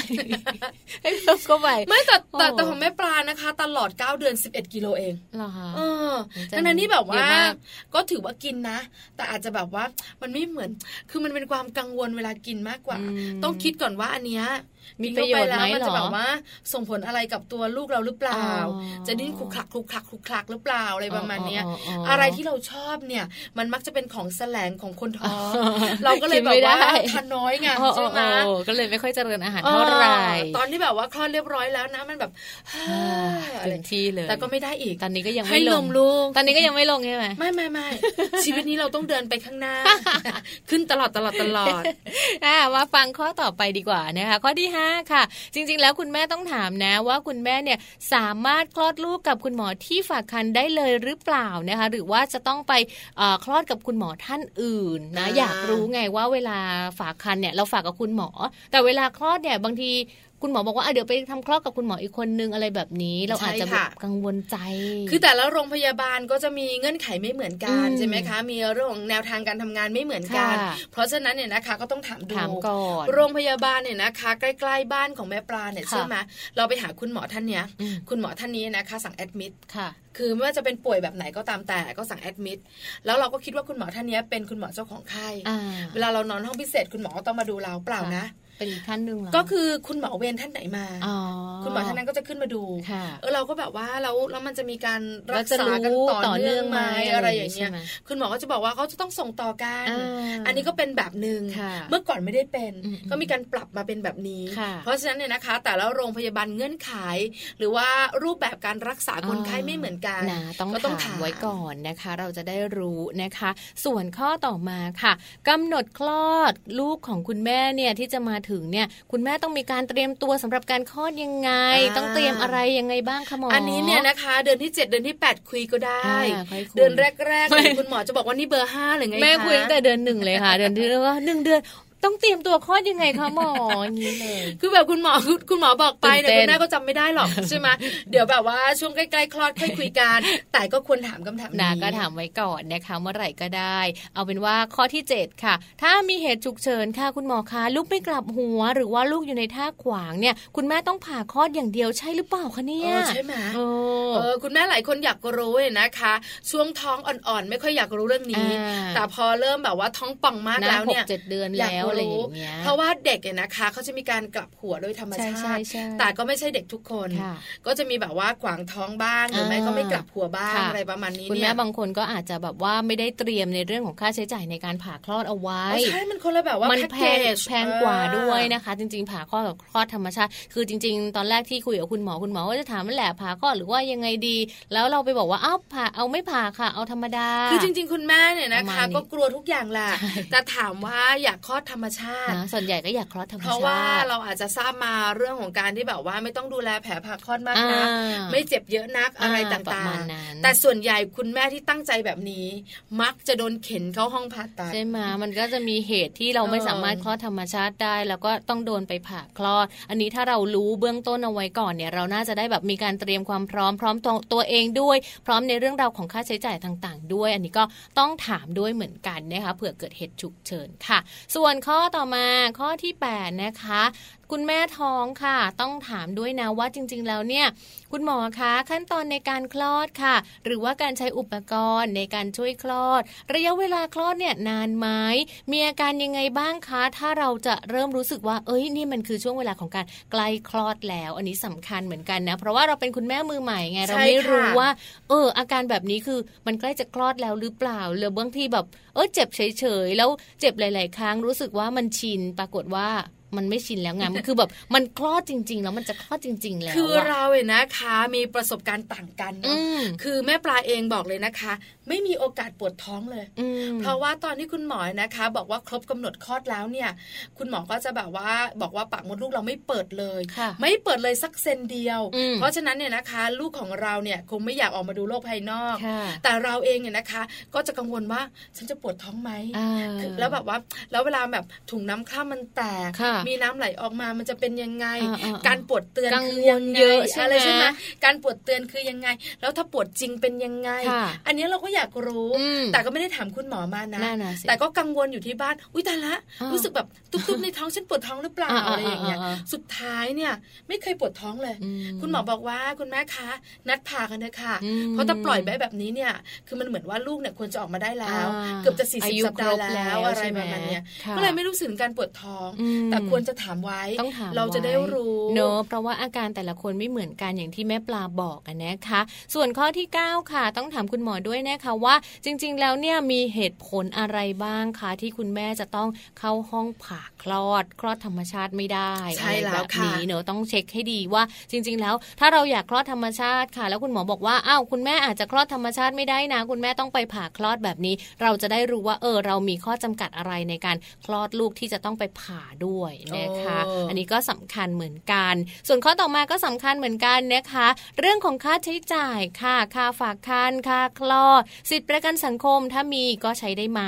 Speaker 2: ให้เพิ่มเข้าไป
Speaker 3: ไม่แต่แต่
Speaker 2: โอ้
Speaker 3: แต่ของแม่ปลานะคะ ตลอด 9 เดือน 11 กิโลเอง
Speaker 2: เหรอคะ
Speaker 3: เออ
Speaker 2: ใช่
Speaker 3: ทั้งนั้นที่แบบว่า
Speaker 2: เยอะมาก
Speaker 3: ก็ถือว่ากินนะ แต่อาจจะแบบว่ามันไม่เหมือน คือมันเป็นความกังวลเวลากินมากกว่า
Speaker 2: ม
Speaker 3: ต้องคิดก่อนว่าอันเนี้ย
Speaker 2: มีประโยชน์ไหม
Speaker 3: กินเข้าปแล้วมันจะ
Speaker 2: เหรอ
Speaker 3: แบบว่าส่งผลอะไรกับตัวลูกเราหรือเปล่า
Speaker 2: อ๋อ
Speaker 3: จะดิ้นคลุกคลักคลุกคลักคลุกคลักหรือเปล่าอะไรประมาณเนี้ย
Speaker 2: อ๋อ
Speaker 3: อะไรที่เราชอบเนี่ย มันมักจะเป็นของแสลงของคนท้อง เราก็เลยแบบว่า
Speaker 2: กินไม่ได้
Speaker 3: ทานน้อยไง
Speaker 2: อ๋อ
Speaker 3: ใช่ไหม
Speaker 2: อ๋ออ๋อก็เลยไม่ค่อยเจริญอาหารเท่าไหร่
Speaker 3: เออตอนที่แบบว่าคลอดเรียบร้อยแล้วนะมันแบบ
Speaker 2: อ่า
Speaker 3: อะไร
Speaker 2: เต็มที่เลย
Speaker 3: แต่ก็ไม่ได้อีก
Speaker 2: ตอนนี้ก็ยัง
Speaker 3: ให้
Speaker 2: ไม่
Speaker 3: น
Speaker 2: ล
Speaker 3: ม
Speaker 2: ง
Speaker 3: ลูก
Speaker 2: ตอนนี้ก็ยังไม่ลงใช่ไหม
Speaker 3: ไม่ไม่ ไม่ ชีวิตนี้เราต้องเดินไปข้างหน้า ขึ้นตลอดตลอดตลอด
Speaker 2: อ่ามาฟังข้อต่อไปดีกว่านะคะ ข้อที่ 5 ค่ะ จริง ๆ แล้วคุณแม่ต้องถามนะ ว่าคุณแม่เนี่ยสามารถคลอดลูกกับคุณหมอที่ฝากครรภ์ได้เลยหรือเปล่านะคะ หรือว่าจะต้องไปเอ่อคลอดกับคุณหมอท่านอื่นนะ
Speaker 3: อ่า
Speaker 2: อยากรู้ไงว่าเวลาฝากครรภ์เนี่ยเราฝากกับคุณหมอ แต่เวลาคลอดเนี่ยบางทีคุณหมอบอกว่าอ่ะเดี๋ยวไปทำคลอดกับคุณหมออีกคนนึงอะไรแบบนี้ เราอาจจะแบบกังวลใจ
Speaker 3: คือแต่ละโรงพยาบาลก็จะมีเงื่อนไขไม่เหมือนกัน
Speaker 2: อืม
Speaker 3: ใช่ไหมคะ มีเรื่องของแนวทางการทำงานไม่เหมือนกัน
Speaker 2: ค่ะ
Speaker 3: เพราะฉะนั้นเนี่ยนะคะก็ต้องถามดู
Speaker 2: ถามก่อน
Speaker 3: โรงพยาบาลเนี่ยนะคะ ใกล้ๆบ้านของแม่ปลาเนี่ย
Speaker 2: ค่ะ
Speaker 3: ใช่ไหมเราไปหาคุณหมอท่านเนี้ย
Speaker 2: อืม
Speaker 3: คุณหมอท่านนี้นะคะสั่งแอดมิด
Speaker 2: ค่ะ
Speaker 3: คือไม่ว่าจะเป็นป่วยแบบไหนก็ตามแต่ก็สั่งแอดมิดแล้วเราก็คิดว่าคุณหมอท่านเนี้ยเป็นคุณหมอเจ้าของไข้
Speaker 2: อ่า
Speaker 3: เวลาเรานอนห้องพิเศษคุณหมอก็ต้องมาดูเราเปล่านะ
Speaker 2: เป็นอีกขั้นหนึ่งเหรอ
Speaker 3: ก็คือคุณหมอเวรท่านไหนมา
Speaker 2: อ
Speaker 3: คุณหมอท่านนั้นก็จะขึ้นมาดู
Speaker 2: ค่ะ
Speaker 3: เออเราก็แบบว่าแล้วแล้วมันจะมีการ
Speaker 2: แล้
Speaker 3: รั
Speaker 2: ว
Speaker 3: ก
Speaker 2: จะ
Speaker 3: ษากันต่อเนื่องไหมอะไรอย่างเงี้ย
Speaker 2: ใช่ไหม
Speaker 3: คุณหมอก็จะบอกว่าเขาจะต้องส่งต่อกัน
Speaker 2: อ่า
Speaker 3: อันนี้ก็เป็นแบบหนึ่ง
Speaker 2: ค่ะ
Speaker 3: เมื่อก่อนไม่ได้เป็น
Speaker 2: อืม
Speaker 3: ก็มีการปรับมาเป็นแบบนี้
Speaker 2: ค่ะ
Speaker 3: เพราะฉะนั้นเนี่ยนะคะ แต่และโรงพยาบาลเงื่อนไข หรือว่ารูปแบบการรักษาคนไข้
Speaker 2: อ่า
Speaker 3: ไม่เหมือนกัน
Speaker 2: นะต้อง
Speaker 3: ก็ต้อง
Speaker 2: ถาม
Speaker 3: ถาม
Speaker 2: ไว้ก่อนนะคะ เราจะได้รู้นะคะ ส่วนข้อต่อมาค่ะกำหนดคลอดลูกของคุณแม่เนี่ยที่จะมาถึงเนี่ย คุณแม่ต้องมีการเตรียมตัวสำหรับการคลอดยังไง
Speaker 3: อ่า
Speaker 2: ต้องเตรียมอะไรยังไงบ้างคะหมอ
Speaker 3: อั
Speaker 2: อั
Speaker 3: นนี้เนี่ยนะคะ เดือนที่ 7 เดือนที่ 8 คุยก็ได้
Speaker 2: อ่าค่อยคุย
Speaker 3: เดือนแรกๆ
Speaker 2: ไม่
Speaker 3: เนี่ยคุณหมอจะบอกว่านี่เบอร์ห้าหรือไง
Speaker 2: แม่
Speaker 3: ะ
Speaker 2: คุยตั้งแต่เดือนหนึ่งเลยค่ะ เดือนที่แล้วว่าหนึ่งเดือนต้องเตรียมตัวคลอดยังไงคะหมออย่างนี้เลย
Speaker 3: คือแบบคุณหมอคุณคุณหมอบอกไปเนี่ย
Speaker 2: ตื่นเต้น
Speaker 3: คุณแม่ก็จำไม่ได้หรอก ใช่ไหมเดี๋ยวแบบว่าช่วงใกล้ๆคลอดค่อยคุยกัน แต่ก็ควรถามคำถาม
Speaker 2: นะ
Speaker 3: นี้
Speaker 2: ก็ถามไว้ก่อนนะคะเมื่อไหร่ก็ได้ เอาเป็นว่าข้อที่ 7 ค่ะ ถ้ามีเหตุฉุกเฉินค่ะ คุณหมอคะลูกไม่กลับหัว หรือว่าลูกอยู่ในท่าขวางเนี่ย คุณแม่ต้องผ่าคลอดอย่างเดียวใช่หรือเปล่าคะเนี่ย
Speaker 3: เออใช่ไหม
Speaker 2: เออ
Speaker 3: เออคุณแม่หลายคนอยากรู้เนี่ยนะคะ ช่วงท้องอ่อนๆ ไม่ค่อยอยากรู้เรื่องนี้
Speaker 2: อ่า
Speaker 3: แต่พอเริ่มแบบว่าท้องป่องมาก
Speaker 2: นะ
Speaker 3: แล้ว
Speaker 2: ห
Speaker 3: เนี่
Speaker 2: ก
Speaker 3: ย
Speaker 2: เจ็ดเดือน
Speaker 3: อยาก
Speaker 2: แล้ว
Speaker 3: รู้
Speaker 2: อะไรอ
Speaker 3: รู้
Speaker 2: ย่างเงี้ย
Speaker 3: เพราะว่าเด็กเนี่ยนะคะเขาจะมีการกลับหัวโดยธรรม
Speaker 2: ใช่
Speaker 3: ชา
Speaker 2: ใช่
Speaker 3: ติ
Speaker 2: ใช่
Speaker 3: แต่ก็ไม่ใช่เด็กทุกคน
Speaker 2: ค่ะ
Speaker 3: ก็จะมีแบบว่าขวางท้องบ้างหรือไม่
Speaker 2: อ่า
Speaker 3: ก็ไม่กลับหัวบ้าง
Speaker 2: ค่ะ
Speaker 3: อะไรประมาณนี้
Speaker 2: คุณ
Speaker 3: เนี่
Speaker 2: แม่
Speaker 3: ย
Speaker 2: บางคนก็อาจจะแบบว่าไม่ได้เตรียมในเรื่องของค่าใช้จ่ายในการผ่าคลอดเอาไว้
Speaker 3: โอ้ใช่มันคนละแบบว่า
Speaker 2: มัน
Speaker 3: พ็ก
Speaker 2: แพ
Speaker 3: เก
Speaker 2: ง
Speaker 3: จ
Speaker 2: แพงกว่า
Speaker 3: เออ
Speaker 2: ด้วยนะคะ จริง ๆ ผ่าคลอดกับคลอดธรรมชาติ คือจริง ๆ ตอนแรกที่คุยกับคุณหมอคุณหมอก็จะถามนั่นแหละผ่าคลอดหรือว่ายังไงดี แล้วเราไปบอกว่าอ้าวผ่าเอาไม่ผ่าค่ะ เอาธรรมดา
Speaker 3: คือจริง ๆ คุณแม่เนี่ยนะ
Speaker 2: ประมา
Speaker 3: คะ
Speaker 2: ณนี้
Speaker 3: ก็กลัวทุกอย่างแหละ
Speaker 2: ใช่
Speaker 3: แต่ถามว่าอยากคลอดธรรมชาติ
Speaker 2: นะส่วนใหญ่ก็อยากคลอดธรรม
Speaker 3: เพ
Speaker 2: ชาติ
Speaker 3: ราะว่าเราอาจจะทราบมาเรื่องของการที่แบบว่าไม่ต้องดูแลแผลผ่าคลอดมาก
Speaker 2: อ่า
Speaker 3: นักไม่เจ็บเยอะนักอะไร
Speaker 2: าป
Speaker 3: ต่า
Speaker 2: ระมาง ณนั้น
Speaker 3: ๆ แต่ส่วนใหญ่คุณแม่ที่ตั้งใจแบบนี้ มักจะโดนเข็นเข้าห้องผ่าตัด
Speaker 2: ใช่ไหมมันก็จะมีเหตุที่เรา
Speaker 3: เออ
Speaker 2: ไม่สามารถคลอดธรรมชาติได้ แล้วก็ต้องโดนไปผ่าคลอด อันนี้ถ้าเรารู้เบื้องต้นเอาไว้ก่อนเนี่ย เราน่าจะได้แบบมีการเตรียมความพร้อมพร้อมตัวตัวเองด้วย พร้อมในเรื่องราวของค่าใช้จ่ายต่างๆ ด้วย อันนี้ก็ต้องถามด้วยเหมือนกันนะคะเผื่อเกิดเหตุฉุกเฉินค่ะ ส่วนข้อต่อมาข้อที่แปดนะคะ คุณแม่ท้องค่ะ ต้องถามด้วยนะว่าจริง ๆ แล้วเนี่ย คุณหมอคะขั้นตอนในการคลอดค่ะ หรือว่าการใช้อุปกรณ์ในการช่วยคลอด ระยะเวลาคลอดเนี่ยนานไหมมีอาการยังไงบ้างคะ ถ้าเราจะเริ่มรู้สึกว่า เอ้ยนี่มันคือช่วงเวลาของการใกล้คลอดแล้ว อันนี้สำคัญเหมือนกันนะ เพราะว่าเราเป็นคุณแม่มือใหม่ไงเราไม่
Speaker 3: ใช่ค่ะ
Speaker 2: รู้ว่า เออ อาการแบบนี้คือมันใกล้จะคลอดแล้วหรือเปล่าหรือบางทีแบบ เออเจ็บเฉยๆแล้วเจ็บหลาย ๆ ครั้งรู้สึกว่ามันชินปรากฏว่ามันไม่ชินแล้วไง มันคือแบบมันคลอดจริง ๆ แล้วมันจะคลอดจริง ๆ แล้วะ
Speaker 3: คือเราเนี่ยนะคะมีประสบการณ์ต่างกันเน
Speaker 2: อื
Speaker 3: อะ
Speaker 2: ม
Speaker 3: คือแม่ปลาเองบอกเลยนะคะ ไม่มีโอกาสปวดท้องเลย
Speaker 2: อืม
Speaker 3: เพราะว่าตอนที่คุณหมอนะคะ บอกว่าครบกำหนดคลอดแล้วเนี่ย คุณหมอก็จะแบบว่าบอกว่าปากมดลูกเราไม่เปิดเลย
Speaker 2: ค่ะ
Speaker 3: ไม่เปิดเลยสักเซนเดียว
Speaker 2: อืม
Speaker 3: เพราะฉะนั้นเนี่ยนะคะ ลูกของเราเนี่ยคงไม่อยากออกมาดูโลกภายนอก
Speaker 2: ค่ะ
Speaker 3: แต่เราเองเนี่ยนะคะ ก็จะกังวลว่าฉันจะปวดท้องไหม
Speaker 2: อ่า
Speaker 3: คือแล้วแบบว่าแล้วเวลาแบบถุงน้ำคร่ำมันแตก
Speaker 2: ค่ะ
Speaker 3: มีน้ำไหลออกมามันจะเป็นยังไง
Speaker 2: อ่าอ่าอ่า
Speaker 3: การปวดเตือน
Speaker 2: กังวล
Speaker 3: คือยังไง
Speaker 2: เยอะใช่ไหม
Speaker 3: ไรใช่ไหมการปวดเตือนคือยังไง แล้วถ้าปวดจริงเป็นยังไง
Speaker 2: ค่ะ
Speaker 3: อันเนี้ยเราก็อยากรู้
Speaker 2: อืม
Speaker 3: แต่ก็ไม่ได้ถามคุณหมอมานะ
Speaker 2: น่าน่ะสิ
Speaker 3: แต่ก็กังวลอยู่ที่บ้าน อุ้ยตายละ
Speaker 2: อ่ารู้
Speaker 3: รู้สึกแบบตุ๊บๆในท้องฉันปวดท้องหรือเปล่า
Speaker 2: อ่า
Speaker 3: อะไรอย่างเงี้ย
Speaker 2: อ่าอ่าอ่า
Speaker 3: สุดท้ายเนี่ยไม่เคยปวดท้องเลย
Speaker 2: อื
Speaker 3: คุณหมอบอกว่าคุณแม่คะ นัดผ่ากันเถอะค่ะ
Speaker 2: อืม
Speaker 3: เพราะถ้าปล่อยไว้แบบนี้เนี่ย คือมันเหมือนว่าลูกเนี่ยควรจะออกมาได้แล้ว
Speaker 2: อ่า
Speaker 3: เกือบจะ
Speaker 2: อายุ
Speaker 3: 40สัปดาห์
Speaker 2: ครบแล้
Speaker 3: แล้ว วอะไร
Speaker 2: ใช่ไหม
Speaker 3: ประมาณเนี้ย
Speaker 2: ค่ะ
Speaker 3: ก็เลยไม่รู้สึกถึงการปวดท้อง
Speaker 2: อืม
Speaker 3: แต่ควรจะถามไว้
Speaker 2: ต้องถาม
Speaker 3: เราจะได้รู้
Speaker 2: ไว้เนอะเพราะว่าอาการแต่ละคนไม่เหมือนกันอย่างที่แม่ปลาบอกอะนะคะ ส่วนข้อที่ 9 ค่ะ ต้องถามคุณหมอด้วยนะคะว่า จริง ๆ แล้วเนี่ยมีเหตุผลอะไรบ้างคะที่คุณแม่จะต้องเข้าห้องผ่าคลอด คลอดธรรมชาติไม่ได้อะ
Speaker 3: ใช่
Speaker 2: ไร
Speaker 3: แล้ว
Speaker 2: แบบ
Speaker 3: ค่ะ
Speaker 2: นี้เนอะต้องเช็คให้ดีว่า จริง ๆ แล้ว ถ้าเราอยากคลอดธรรมชาติค่ะ แล้วคุณหมอบอกว่าอ้าวคุณแม่อาจจะคลอดธรรมชาติไม่ได้นะ คุณแม่ต้องไปผ่าคลอดแบบนี้ เราจะได้รู้ว่าเออเรามีข้อจำกัดอะไรในการคลอดลูกที่จะต้องไปผ่าด้วยนะคะ
Speaker 3: โอ้
Speaker 2: อันนี้ ก็สำคัญเหมือนกัน ส่วนข้อต่อมาก็สำคัญเหมือนกันนะคะ เรื่องของค่าใช้จ่ายค่ะค่าฝากคันค่าคลอด สิทธิประกันสังคมถ้ามีก็ใช้ได้ไหม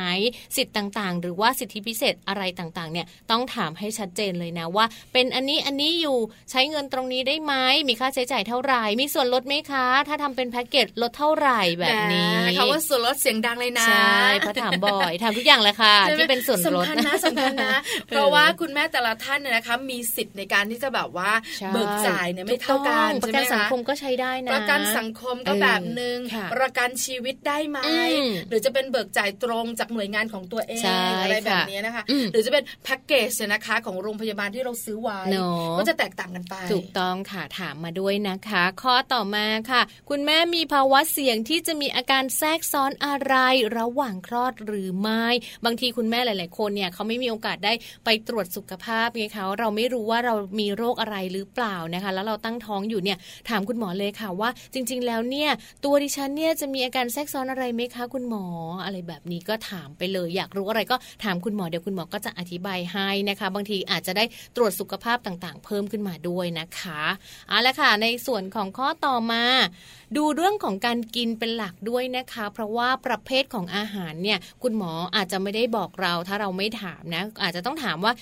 Speaker 2: สิทธิ์ต่างๆ หรือว่าสิทธิพิเศษอะไรต่างๆ เนี่ยต้องถามให้ชัดเจนเลยนะว่า เป็นอันนี้อันนี้อยู่ใช้เงินตรงนี้ได้ไหมมีค่าใช้จ่ายเท่าไหร่มีส่วนลดไหมคะ ถ้าทำเป็นแพ็กเกจลดเท่าไหร่แบบนี้
Speaker 3: หมคำว่าส่วนลดเสียงดังเลยนะ
Speaker 2: ใช่เพราะถามบ่อยถามทุกอย่างแหละค่ะ
Speaker 3: ใช่ไหม
Speaker 2: ที่เป็นส่วนลด
Speaker 3: สำคัญ นะสำคัญนะ เพราะว่าคุณแม่แต่ละท่านเนี่ยนะคะ มีสิทธิ์ในการที่จะแบบว่า
Speaker 2: ใช่
Speaker 3: เบิกจ่ายเนี่ยไม่เท่ากัน
Speaker 2: ถูต้องประ
Speaker 3: ใช่ไห
Speaker 2: กันสั
Speaker 3: ม
Speaker 2: ง
Speaker 3: คะ
Speaker 2: คมก็ใช้ได้นะ
Speaker 3: ประกันสังคมก็
Speaker 2: เออ
Speaker 3: แบบหนึง
Speaker 2: ค่ะ
Speaker 3: ประกันชีวิตได้ไหม
Speaker 2: อืม
Speaker 3: หรือจะเป็นเบิกจ่ายตรงจากหน่วยงานของตัวเอง
Speaker 2: ใช่
Speaker 3: อะไรแบบ
Speaker 2: ค่ะ
Speaker 3: เนี้ยนะคะ
Speaker 2: อืม
Speaker 3: หรือจะเป็นแพ็กเกจเนี่ยนะคะของโรงพยาบาลที่เราซื้อไว้
Speaker 2: เนอะ
Speaker 3: ก็จะแตกต่างกันไป
Speaker 2: ถูกต้องค่ะถามมาด้วยนะคะ ข้อต่อมาค่ะ คุณแม่มีภาวะเสี่ยงที่จะมีอาการแทรกซ้อนอะไรระหว่างคลอดหรือไม่ บางทีคุณแม่หลาย ๆ คนเนี่ยเขาไม่มีโอกาสได้ไปตรวจสุขภาพไงคะเราไม่รู้ว่าเรามีโรคอะไรหรือเปล่านะคะ แล้วเราตั้งท้องอยู่เนี่ยถามคุณหมอเลยค่ะว่า จริง ๆ แล้วเนี่ยตัวดิฉันเนี่ยจะมีอาการแทรกซ้อนอะไรไหมคะ คุณหมออะไรแบบนี้ก็ถามไปเลย อยากรู้อะไรก็ถามคุณหมอเดี๋ยวคุณหมอก็จะอธิบายให้นะคะ บางทีอาจจะได้ตรวจสุขภาพต่างๆ เพิ่มขึ้นมาด้วยนะคะเอาละค่ะ ในส่วนของข้อต่อมา ดูเรื่องของการกินเป็นหลักด้วยนะคะ เพราะว่าประเภทของอาหารเนี่ยคุณหมออาจจะไม่ได้บอกเรา ถ้าเราไม่ถามนะ อาจจะต้องถามว่า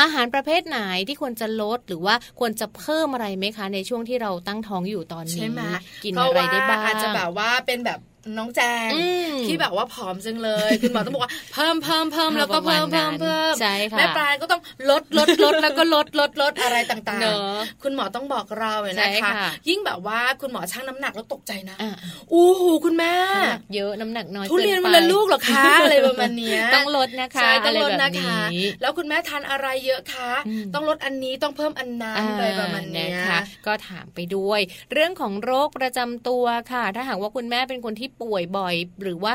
Speaker 2: อาหารประเภทไหนที่ควรจะลดหรือว่าควรจะเพิ่มอะไรไหมคะ ในช่วงที่เราตั้งท้องอยู่ตอนนี้
Speaker 3: ใช่ไหม
Speaker 2: กิน
Speaker 3: เพ
Speaker 2: อะไร
Speaker 3: ว่า
Speaker 2: ได้บ้าง
Speaker 3: อาจจะแบบว่าเป็นแบบน้องแจง
Speaker 2: อืม
Speaker 3: ที่แบบว่าผอมจังเลย คุณหมอต้องบอกว่าเพิ่มเพิ่มเพิ่มแล้วก็
Speaker 2: ป
Speaker 3: เพิ่
Speaker 2: ระ
Speaker 3: ม
Speaker 2: มา
Speaker 3: เพิ่
Speaker 2: ณ
Speaker 3: ม
Speaker 2: นั้น
Speaker 3: เพิ่ม
Speaker 2: ใช่ค่ะ
Speaker 3: แม่ปลายก็ต้อง ลดลดลดแล้วก็ลดลดลดอะไรต่าง
Speaker 2: เนอะ
Speaker 3: ๆ คุณหมอต้องบอกเราเนี่ย
Speaker 2: ใช่
Speaker 3: นะ
Speaker 2: ค่ะ
Speaker 3: คะ ยิ่งแบบว่าคุณหมอชั่งน้ำหนักแล้วตกใจนะ
Speaker 2: อ่ะ
Speaker 3: อู้หูคุณแม่
Speaker 2: น้ำหนักเยอะน้ำหนักน้อย
Speaker 3: ทุเรียน
Speaker 2: กิ
Speaker 3: วัน
Speaker 2: ไป
Speaker 3: ละลูกเหรอ คะอะไรประมาณเนี้ย
Speaker 2: ต้องลดนะคะ
Speaker 3: ใช่ต้
Speaker 2: อะ
Speaker 3: อง
Speaker 2: ไร
Speaker 3: ลด
Speaker 2: แบบ
Speaker 3: นะคะ
Speaker 2: นี้
Speaker 3: แล้วคุณแม่ทานอะไรเยอะคะ
Speaker 2: อืม
Speaker 3: ต้องลดอันนี้ต้องเพิ่มอันนั้นอะไรประมาณเนี้ย
Speaker 2: อ่นะคะก็ถามไปด้วย เรื่องของโรคประจำตัวค่ะ ถ้าหากว่าคุณแม่เป็นคนที่ป่วยบ่อย หรือว่า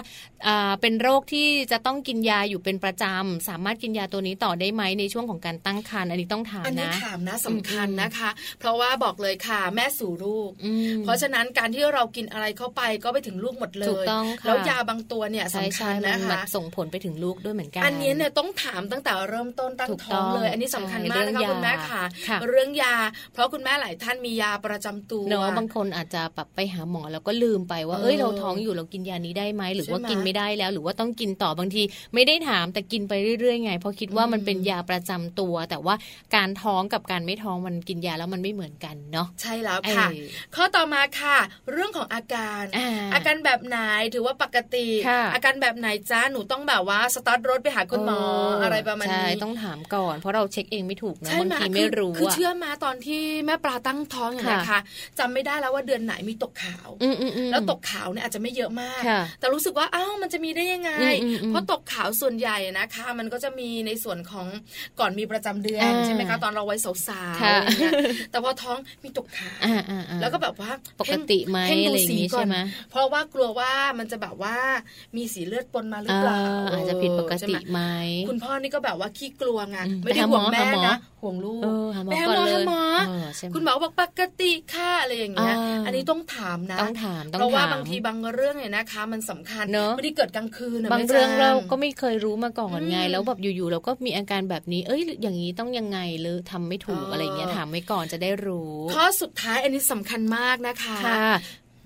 Speaker 2: อ่าเป็นโรคที่จะต้องกินยาอยู่เป็นประจำสามารถกินยาตัวนี้ต่อได้ไหมในช่วงของการตั้งครรภ์อันนี้ต้องถาม
Speaker 3: อันนี้
Speaker 2: นะ
Speaker 3: ถามนะสำคัญนะคะ เพราะว่าบอกเลยค่ะ แม่สู่ลูก
Speaker 2: อืม
Speaker 3: เพราะฉะนั้นการที่เรากินอะไรเข้าไปก็ไปถึงลูกหมดเลย
Speaker 2: ถูกต้องค่ะ
Speaker 3: แล้วยาบางตัวเนี่ย
Speaker 2: ใช่
Speaker 3: สำคั
Speaker 2: ใช่
Speaker 3: ญ
Speaker 2: มัน
Speaker 3: นะ
Speaker 2: มัน
Speaker 3: คะ
Speaker 2: ส่งผลไปถึงลูกด้วยเหมือนกัน
Speaker 3: อันนี้เนี่ยต้องถามตั้งแต่เริ่มต้นตั้ง
Speaker 2: ถูก
Speaker 3: ท้
Speaker 2: ต้
Speaker 3: อ
Speaker 2: อง ง
Speaker 3: เลย อันนี้สำคัญ
Speaker 2: ใช่
Speaker 3: มากนะคะ
Speaker 2: เรื่องยา
Speaker 3: คุณแม่ค่ะ
Speaker 2: ค่ะ
Speaker 3: เรื่องยา เพราะคุณแม่หลายท่านมียาประจำตัว
Speaker 2: เนอะบางคนอาจจะแบบไปหาหมอแล้วก็ลืมไปว่า
Speaker 3: เออ
Speaker 2: เอ้ยเราท้องอยู่เรากินยานี้ได้ไหมหรือว่า
Speaker 3: ใช่ไหม
Speaker 2: กินไม่ได้แล้ว หรือว่าต้องกินต่อบางที ไม่ได้ถามแต่กินไปเรื่อยๆไงเพราะคิดว่า
Speaker 3: อืม
Speaker 2: มันเป็นยาประจำตัว แต่ว่าการท้องกับการไม่ท้องมันกินยาแล้วมันไม่เหมือนกันเนาะ
Speaker 3: ใช่แล้วค่ะ
Speaker 2: เออ
Speaker 3: ข้อต่อมาค่ะ เรื่องของอาการ
Speaker 2: อ่า
Speaker 3: อาการแบบไหนถือว่าปกติ
Speaker 2: ค่ะ
Speaker 3: อาการแบบไหนจ้าหนูต้องแบบว่าสตาร์ทรถไปหาคุณหมออะไรประมาณ
Speaker 2: ใช่
Speaker 3: นี้
Speaker 2: ต้องถามก่อนเพราะเราเช็คเองไม่ถูกนะ
Speaker 3: ใช่
Speaker 2: บาง
Speaker 3: ห
Speaker 2: ทีไม่รู้
Speaker 3: คือคือะ เชื่อมาตอนที่แม่ปลาตั้งท้องอย่างนี้ย
Speaker 2: ค่ะ
Speaker 3: ค่ะจำไม่ได้แล้วว่าเดือนไหนมีตกขาว
Speaker 2: อืมอืมอืม
Speaker 3: แล้วตกขาวเนี่ยอาจจะไม่เยอะมาก
Speaker 2: ค่ะ
Speaker 3: แต่รู้สึกว่าอ้าวมันจะมีได้ยังไง
Speaker 2: อืมอืมอืม
Speaker 3: เพราะตกขาวส่วนใหญ่นะคะ มันก็จะมีในส่วนของก่อนมีประจำเดือน
Speaker 2: อ่า
Speaker 3: ใช่ไหมคะตอนเราวัยสาวๆ
Speaker 2: ค่ะ
Speaker 3: อะไรเงี้ย แต่พอท้องมีตกขาว
Speaker 2: อ่าอ่าอ่า
Speaker 3: แล้วก็แบบว่า
Speaker 2: ปก
Speaker 3: เพ่ง
Speaker 2: ติไหม
Speaker 3: เพ่งดู
Speaker 2: อะไรอย่างงี้
Speaker 3: สีก่อน
Speaker 2: ใช่ไหม
Speaker 3: เพราะว่ากลัวว่ามันจะแบบว่ามีสีเลือดปนมาหรือเปล่า
Speaker 2: อ่าอาจจะผิดปกติ
Speaker 3: ใช่
Speaker 2: ไหม
Speaker 3: คุณพ่อนี่ก็แบบว่าขี้กลัวไง
Speaker 2: อืม
Speaker 3: ไม่ได้ห่วง
Speaker 2: ไป
Speaker 3: แม่
Speaker 2: หาหมอ
Speaker 3: นะ
Speaker 2: หาหมอ
Speaker 3: ห่วงลูก
Speaker 2: เออหาหมอ
Speaker 3: ไปหา
Speaker 2: ก่อน
Speaker 3: หมอ
Speaker 2: เล
Speaker 3: หาย หมอ
Speaker 2: เออใช่ไหม
Speaker 3: คุณหมอบอกปกติค่ะอะไรอย่างเงี้ย
Speaker 2: อ่า
Speaker 3: อันนี้ต้องถามนะ
Speaker 2: ต้องถามต้อง
Speaker 3: เพราะว่า
Speaker 2: ถม
Speaker 3: บางทีบางเรื่องเนี่ยนะคะ มันสำคัญ
Speaker 2: เนอะ
Speaker 3: ไม่ได้เกิดกลางคืนะ
Speaker 2: บาง
Speaker 3: แม่แจ
Speaker 2: เรื่องเราก็ไม่เคยรู้มาก่อนไง
Speaker 3: อืม
Speaker 2: แล้วแบบอยู่ๆเราก็มีอาการแบบนี้ เอ้ย อย่างนี้ต้องยังไงหรือทำไม่ถูก
Speaker 3: เอออ
Speaker 2: อะไรอย่างเงี้ยถามไว้ก่อนจะได้รู้
Speaker 3: ข้อสุดท้ายอันนี้สำคัญมากนะคะ
Speaker 2: ค่ะ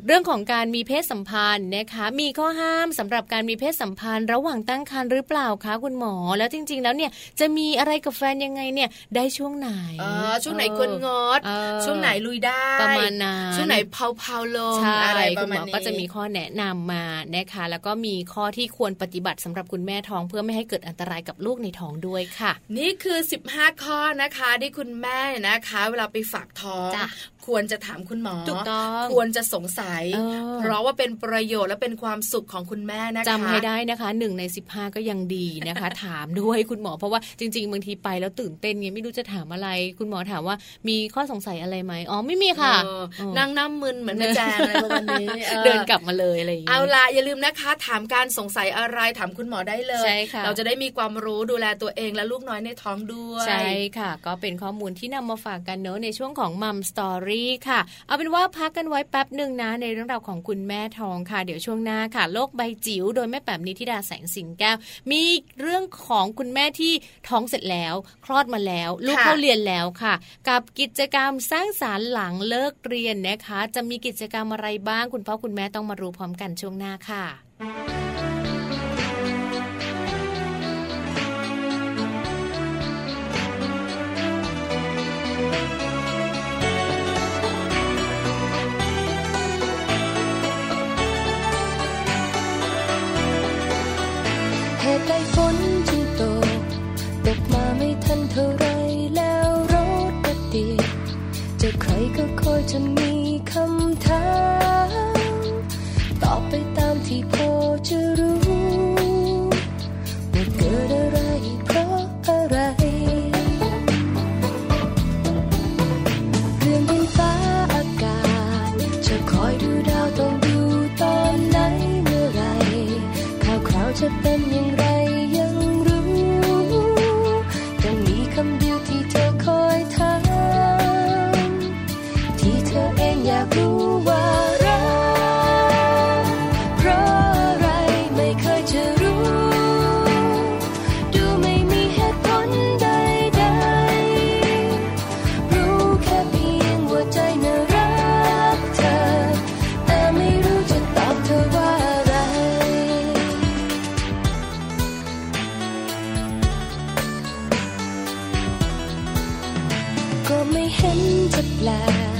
Speaker 2: เรื่องของการมีเพศสัมพันธ์นะคะ มีข้อห้ามสำหรับการมีเพศสัมพันธ์ ระหว่างตั้งครรภ์หรือเปล่าคะคุณหมอ แล้วจริง ๆ แล้วเนี่ยจะมีอะไรกับแฟนยังไงเนี่ยได้ช่วงไหน
Speaker 3: เออช่วงไหนควรงด
Speaker 2: เออ
Speaker 3: ช่วงไหนลุยได้
Speaker 2: ประมาณนั้น
Speaker 3: ช่วงไหนเผาๆลง
Speaker 2: ใช่
Speaker 3: อะไรป
Speaker 2: คุ
Speaker 3: ระ
Speaker 2: ณห
Speaker 3: มาณ
Speaker 2: มอ
Speaker 3: นี้
Speaker 2: ก็จะมีข้อแนะนำมานะคะ แล้วก็มีข้อที่ควรปฏิบัติสำหรับคุณแม่ท้องเพื่อไม่ให้เกิดอันตรายกับลูกในท้องด้วยค่ะ
Speaker 3: นี่คือ 15 ข้อนะคะ ที่คุณแม่นะคะ เวลาไปฝากท้อง
Speaker 2: จ้ะ
Speaker 3: ควรจะถามคุณหมอ
Speaker 2: ถูกต้อง
Speaker 3: ควรจะสงสัย
Speaker 2: เออ
Speaker 3: เพราะว่าเป็นประโยชน์และเป็นความสุขของคุณแม่นะคะ
Speaker 2: จำให้ได้นะคะหนึ่งใน 15 ก็ยังดีนะคะ ถามด้วยคุณหมอเพราะว่าจริง ๆ บางทีไปแล้วตื่นเต้นไงไม่รู้จะถามอะไร คุณหมอถามว่ามีข้อสงสัยอะไรไหมอ๋อไม่มีค่ะ
Speaker 3: เออ
Speaker 2: เออ
Speaker 3: นั่งน้ำมึนเหมือนแม่แจงอะไรประมาณนี้ออ
Speaker 2: เดินกลับมาเลยอะไรอย่างงี้
Speaker 3: เอาละอย่าลืมนะคะ ถามการสงสัยอะไรถามคุณหมอได้เลย
Speaker 2: ใช่ค่ะ
Speaker 3: เราจะได้มีความรู้ดูแลตัวเองและลูกน้อยในท้องด้วย
Speaker 2: ใช่ค่ะ ก็เป็นข้อมูลที่นำมาฝากกันเนอะในช่วงของมัมสตอรี่ค่ะ เอาเป็นว่าพักกันไว้แป๊บหนึ่งนะ ในเรื่องราวของคุณแม่ทองค่ะ เดี๋ยวช่วงหน้าค่ะ โลกใบจิ๋วโดยแม่แป๋มนิธิดาแสงสิงแก้ว มีเรื่องของคุณแม่ที่ท้องเสร็จแล้ว คลอดมาแล้ว ลูก
Speaker 3: ค่ะ
Speaker 2: เข้าเรียนแล้วค่ะ กับกิจกรรมสร้างสารรค์หลังเลิกเรียนนะคะ จะมีกิจกรรมอะไรบ้าง คุณพ่อคุณแม่ต้องมารู้พร้อมกันช่วงหน้าค่ะ
Speaker 5: เหตุใดฝนจึงตก ตกมาไม่ทันเท่าไรแล้วรถก็ติดเจะใครก็คอยจะมีคำถามตอบไปตามที่พอจะรู้ว่าเกิดอะไรเพราะอะไร เรื่องดินฟ้าอากาศ จะคอยดูดาวต้องดูตอนไหนเมื่อไหรข่าวคราวจะเป็นอย่างไรยังรู้ยังมีคำเดียวที่เธอคอยถามที่เธอเองอยากรู้ว่ารักเพราะอะไรไม่เคยจะรู้ ดูไม่มีเหตุผลใดๆ รู้แค่เพียงว่าใจน่ารักเธอ แต่ไม่รู้จะตอบเธอว่าอะไร ก็ไม่เห็นจะแปลก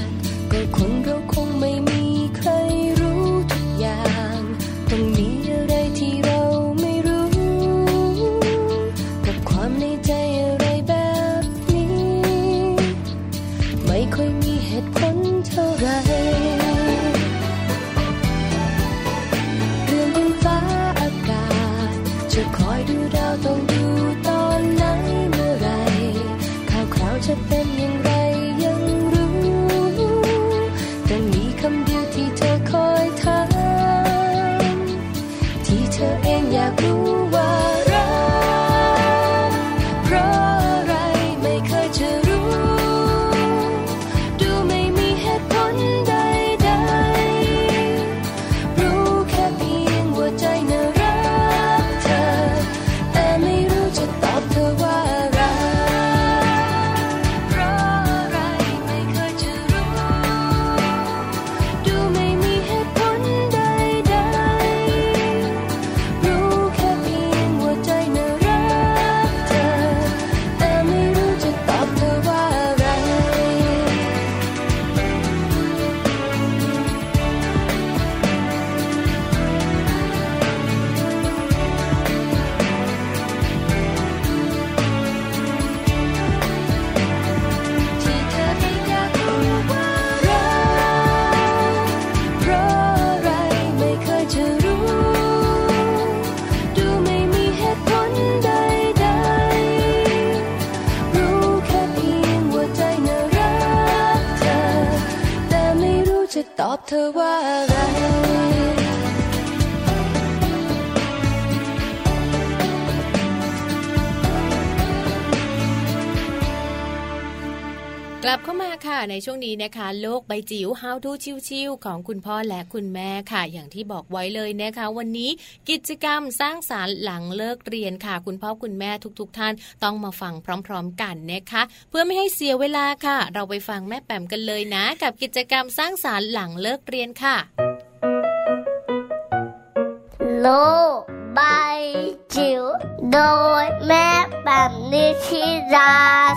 Speaker 5: ก็คนเราคงไม่มีใครรู้ทุกอย่างต้องมีอะไรที่เราไม่รู้ กับความในใจอะไรแบบ ต้องดูตอนไหนเมื่อไหรข่าวคราวจะเป็นอย่างไรยังรู้แต่มีคำเดียวที่เธอคอยถาม ที่เธอเองอยากรู้ว่ารักเพราะอะไรไม่เคยจะรู้ ดูไม่มีเหตุผลใดๆ รู้แค่เพียงว่าใจน่ารักเธอ แต่ไม่รู้จะตอบเธอว่ารักเพราะอะไรไม่เคยจะรู้ ดูไม่มีเหตุผลใดๆ รู้แค่เพียงว่าใจน่ารักเธอ แต่ไม่รู้จะตอบเธอว่าอะไร ที่เธอเองอยากรู้ว่ารักเพราะอะไรไม่เคยจะรู้ ดูไม่มีเหตุผลใดๆ รู้แค่เพียงว่าใจน่ารักเธอ แต่ไม่รู้จะตอบเธอว่าอะไร
Speaker 2: กลับเข้ามาค่ะในช่วงนี้นะคะ โลกใบจิ๋ว How to ชิวๆของคุณพ่อและคุณแม่ค่ะ อย่างที่บอกไว้เลยนะคะ วันนี้กิจกรรมสร้างสารรค์หลังเลิกเรียนค่ะ คุณพ่อคุณแม่ทุกๆทท่านต้องมาฟังพร้อมๆกันนะคะ เพื่อไม่ให้เสียเวลาค่ะ เราไปฟังแม่แปมกันเลยนะ กับกิจกรรมสร้างสารรค์หลังเลิกเรียนค่ะ
Speaker 6: โลกใบจิ๋วโดยแม่แบบนิชิรา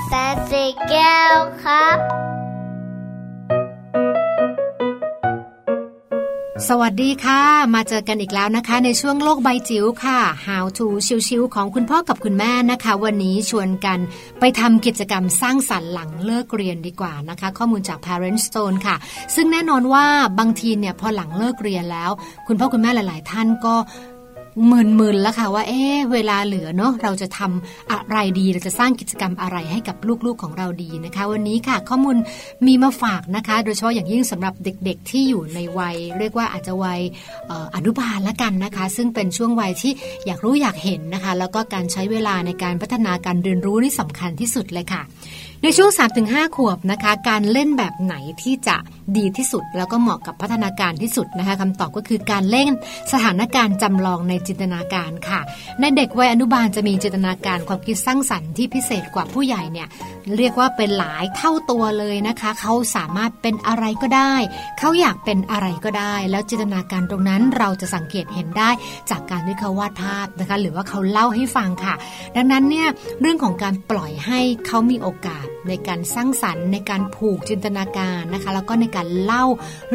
Speaker 6: แสนสีแก้วครับ
Speaker 7: สวัสดีค่ะ มาเจอกันอีกแล้วนะคะ ในช่วงโลกใบจิ๋วค่ะ How to ชิวๆของคุณพ่อกับคุณแม่นะคะ วันนี้ชวนกันไปทำกิจกรรมสร้างสรรค์หลังเลิกเรียนดีกว่านะคะ ข้อมูลจาก Parent Stone ค่ะ ซึ่งแน่นอนว่าบางทีเนี่ยพอหลังเลิกเรียนแล้ว คุณพ่อคุณแม่หลาย ๆ ท่านก็ หมื่นๆแล้วค่ะว่าเอ๊ะเวลาเหลือเนาะเราจะทำอะไรดีเราจะสร้างกิจกรรมอะไรให้กับลูกๆของเราดีนะคะ วันนี้ค่ะ ข้อมูลมีมาฝากนะคะ โดยเฉพาะอย่างยิ่งสำหรับเด็กๆ ที่อยู่ในวัย เรียกว่าอาจจะวัยเอ่ออนุบาลละกันนะคะ ซึ่งเป็นช่วงวัยที่อยากรู้อยากเห็นนะคะ แล้วก็การใช้เวลาในการพัฒนาการเรียนรู้นี่สำคัญที่สุดเลยค่ะ ในช่วง 3-5 ขวบนะคะ การเล่นแบบไหนที่จะดีที่สุด แล้วก็เหมาะกับพัฒนาการที่สุดนะคะคำตอบก็คือการเล่นสถานการณ์จำลองในจินตนาการค่ะ ในเด็กวัยอนุบาลจะมีจินตนาการความคิดสร้างสรรค์ที่พิเศษกว่าผู้ใหญ่เนี่ย เรียกว่าเป็นหลายเท่าตัวเลยนะคะ เขาสามารถเป็นอะไรก็ได้ เขาอยากเป็นอะไรก็ได้ แล้วจินตนาการตรงนั้นเราจะสังเกตเห็นได้จากการที่เขาวาดภาพนะคะ หรือว่าเขาเล่าให้ฟังค่ะ ดังนั้นเนี่ยเรื่องของการปล่อยให้เขามีโอกาสในการสร้างสรรค์ในการผูกจินตนาการนะคะ แล้วก็ในการเล่า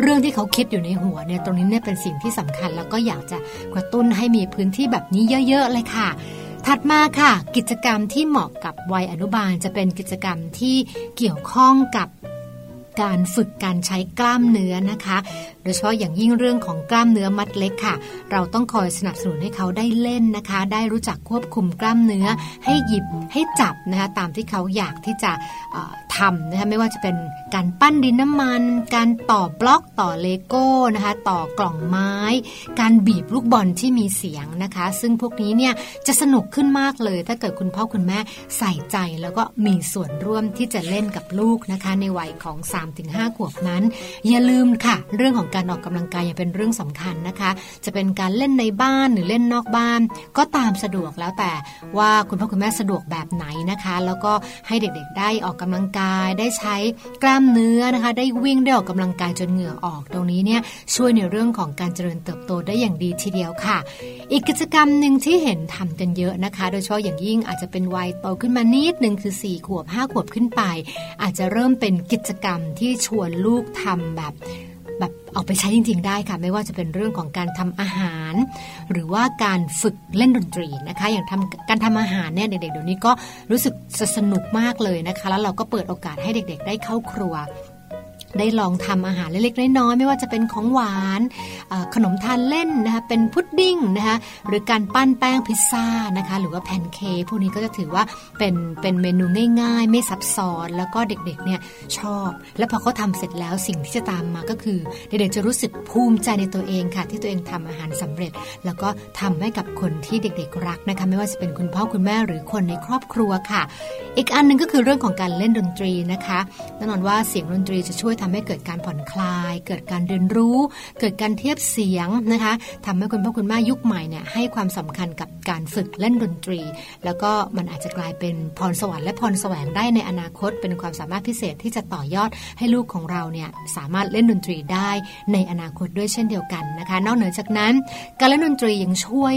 Speaker 7: เรื่องที่เขาคิดอยู่ในหัวเนี่ยตรงนี้เนี่ยเป็นสิ่งที่สำคัญ แล้วก็อยากจะกระตุ้นให้มีพื้นที่แบบนี้เยอะ ๆ เลยค่ะ ถัดมาค่ะ กิจกรรมที่เหมาะกับวัยอนุบาลจะเป็นกิจกรรมที่เกี่ยวข้องกับการฝึกการใช้กล้ามเนื้อนะคะ โดยเฉพาะอย่างยิ่งเรื่องของกล้ามเนื้อมัดเล็กค่ะ เราต้องคอยสนับสนุนให้เขาได้เล่นนะคะ ได้รู้จักควบคุมกล้ามเนื้อ ให้หยิบให้จับนะคะตามที่เขาอยากที่จะเอ่อทำนะคะไม่ว่าจะเป็นการปั้นดินน้ำมัน การต่อบล็อกต่อเลโก้นะคะ ต่อกล่องไม้ การบีบลูกบอลที่มีเสียงนะคะ ซึ่งพวกนี้เนี่ยจะสนุกขึ้นมากเลย ถ้าเกิดคุณพ่อคุณแม่ใส่ใจแล้วก็มีส่วนร่วมที่จะเล่นกับลูกนะคะ ในวัยของ 3-5 ขวบนั้น อย่าลืมค่ะ เรื่องของการออกกำลังกายยังเป็นเรื่องสำคัญนะคะ จะเป็นการเล่นในบ้านหรือเล่นนอกบ้าน ก็ตามสะดวกแล้วแต่ว่าคุณพ่อคุณแม่สะดวกแบบไหนนะคะ แล้วก็ให้เด็กๆ ได้ออกกำลังกายได้ใช้กล้ามเนื้อนะคะ ได้วิ่งได้ออกกำลังกายจนเหงื่อออกตรงนี้เนี่ยช่วยในเรื่องของการเจริญเติบโตได้อย่างดีทีเดียวค่ะ อีกกิจกรรมหนึ่งที่เห็นทำกันเยอะนะคะ โดยเฉพาะอย่างยิ่งอาจจะเป็นวัยโตขึ้นมานิดหนึ่งคือ 4 ขวบ 5 ขวบขึ้นไป อาจจะเริ่มเป็นกิจกรรมที่ชวนลูกทำแบบ แบบเอาไปใช้จริง ๆ ได้ค่ะ ไม่ว่าจะเป็นเรื่องของการทำอาหาร หรือว่าการฝึกเล่นดนตรีนะคะ อย่างทำการทำอาหารเนี่ยเด็กๆเดี๋ยวนี้ก็รู้สึกจะสนุกมากเลยนะคะ แล้วเราก็เปิดโอกาสให้เด็ก ๆ ได้เข้าครัว ได้ลองทำอาหารเล็กๆน้อยๆไม่ว่าจะเป็นของหวานเอ่อขนมทานเล่นนะคะเป็นพุดดิ้งนะคะหรือการปั้นแป้งพิซซ่านะคะหรือว่าแพนเค้กพวกนี้ก็จะถือว่าเป็นเป็นเมนูง่ายๆ ไม่ซับซ้อนแล้วก็เด็กๆเนี่ยชอบ และพอเขาทำเสร็จแล้วสิ่งที่จะตามมาก็คือ เด็กๆจะรู้สึกภูมิใจในตัวเองค่ะ ที่ตัวเองทำอาหารสำเร็จ แล้วก็ทำให้กับคนที่เด็กๆรักนะคะไม่ว่าจะเป็นคุณพ่อคุณแม่หรือคนในครอบครัวค่ะ อีกอันหนึงก็คือเรื่องของการเล่นดนตรีนะคะแน่นอนว่าเสียงดนตรีจะช่วยทำให้เกิดการผ่อนคลาย เกิดการเรียนรู้ เกิดการเทียบเสียงนะคะทำให้คุณพ่อคุณแม่ยุคใหม่เนี่ยให้ความสำคัญกับการฝึกเล่นดนตรี แล้วก็มันอาจจะกลายเป็นพรสวรรค์และพรแสวงได้ในอนาคต เป็นความสามารถพิเศษที่จะต่อยอดให้ลูกของเราเนี่ยสามารถเล่นดนตรีได้ในอนาคตด้วยเช่นเดียวกันนะคะ นอกเหนือจากนั้น การเล่นดนตรียังช่วย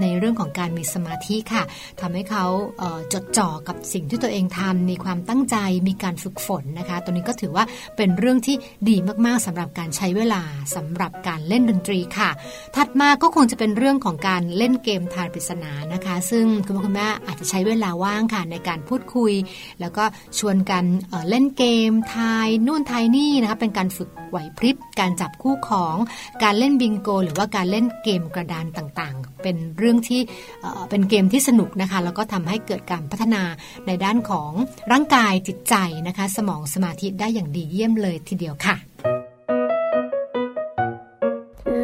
Speaker 7: ในเรื่องของการมีสมาธิค่ะทำให้เขาเอ่อจดจ่อกับสิ่งที่ตัวเองทำมีความตั้งใจมีการฝึกฝนนะคะ ตัวนี้ก็ถือว่าเป็นเรื่องที่ดีมากๆสำหรับการใช้เวลาสำหรับการเล่นดนตรีค่ะ ถัดมาก็คงจะเป็นเรื่องของการเล่นเกมทายปริศนานะคะ ซึ่งคุณพ่อคุณแม่อาจจะใช้เวลาว่างค่ะในการพูดคุย แล้วก็ชวนกันเอ่อเล่นเกมทายนู่นทายนี่นะคะเป็นการฝึกไหวพริบการจับคู่ของ การเล่นบิงโก หรือว่าการเล่นเกมกระดานต่างๆ เป็นเรื่องที่เอ่อเป็นเกมที่สนุกนะคะ แล้วก็ทำให้เกิดการพัฒนาในด้านของร่างกายจิตใจนะคะ สมองสมาธิได้อย่างดีเยี่ยมเลยทีเดียวค่ะ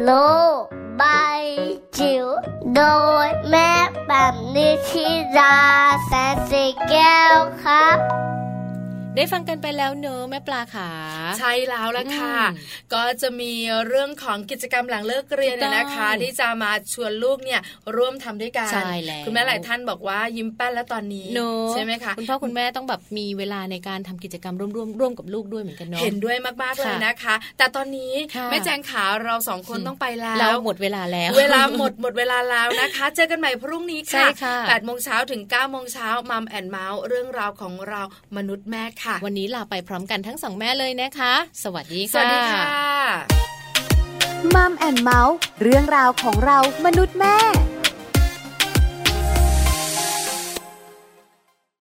Speaker 6: โลกใบจิ๋วโดยแม่แบบนิชิราแสนสีแก้วครับ
Speaker 2: ได้ฟังกันไปแล้วเนอะแม่ปลาขา
Speaker 3: ใช่แล้วละค่ะ
Speaker 2: อืม
Speaker 3: ก็จะมีเรื่องของกิจกรรมหลังเลิกเรียนเนี่ยนะคะ
Speaker 2: ถูกต้อง
Speaker 3: ที่จะมาชวนลูกเนี่ยร่วมทำด้วยกัน
Speaker 2: ใช่แล้ว
Speaker 3: คุณแม่หลายท่านบอกว่ายิ้มแป้นแล้วตอนนี้
Speaker 2: เนอะ
Speaker 3: ใช่ไหมคะ
Speaker 2: คุณพ่อคุณแม่ต้องแบบมีเวลาในการทำกิจกรรมร่วมๆร่วมกับลูกด้วยเหมือนกันเนาะ
Speaker 3: เห็นด้วยมากๆเลยนะคะ แต่ตอนนี้
Speaker 2: ค่ะ
Speaker 3: แม่แจงขาเราสองคน
Speaker 2: อืม
Speaker 3: ต้องไปแล้
Speaker 2: เรา
Speaker 3: ว
Speaker 2: หมดเวลาแล้ว
Speaker 3: เวลาหมดหมดเวลาแล้วนะคะ เจอกันใหม่พรุ่งนี้
Speaker 2: ใช่
Speaker 3: ค่ะ
Speaker 2: ค่ะ
Speaker 3: 8โมงเช้าถึง9โมงเช้ามัมแอนเมาส์เรื่องราวของเรามนุษย์แม่ค่ะ
Speaker 2: วันนี้ลาไปพร้อมกันทั้งสองแม่เลยนะคะ สวัสดี
Speaker 3: ส
Speaker 2: ค่ะ
Speaker 3: วัสดีค่ะ
Speaker 8: มัมแอนเมาส์เรื่องราวของเรามนุษย์แม่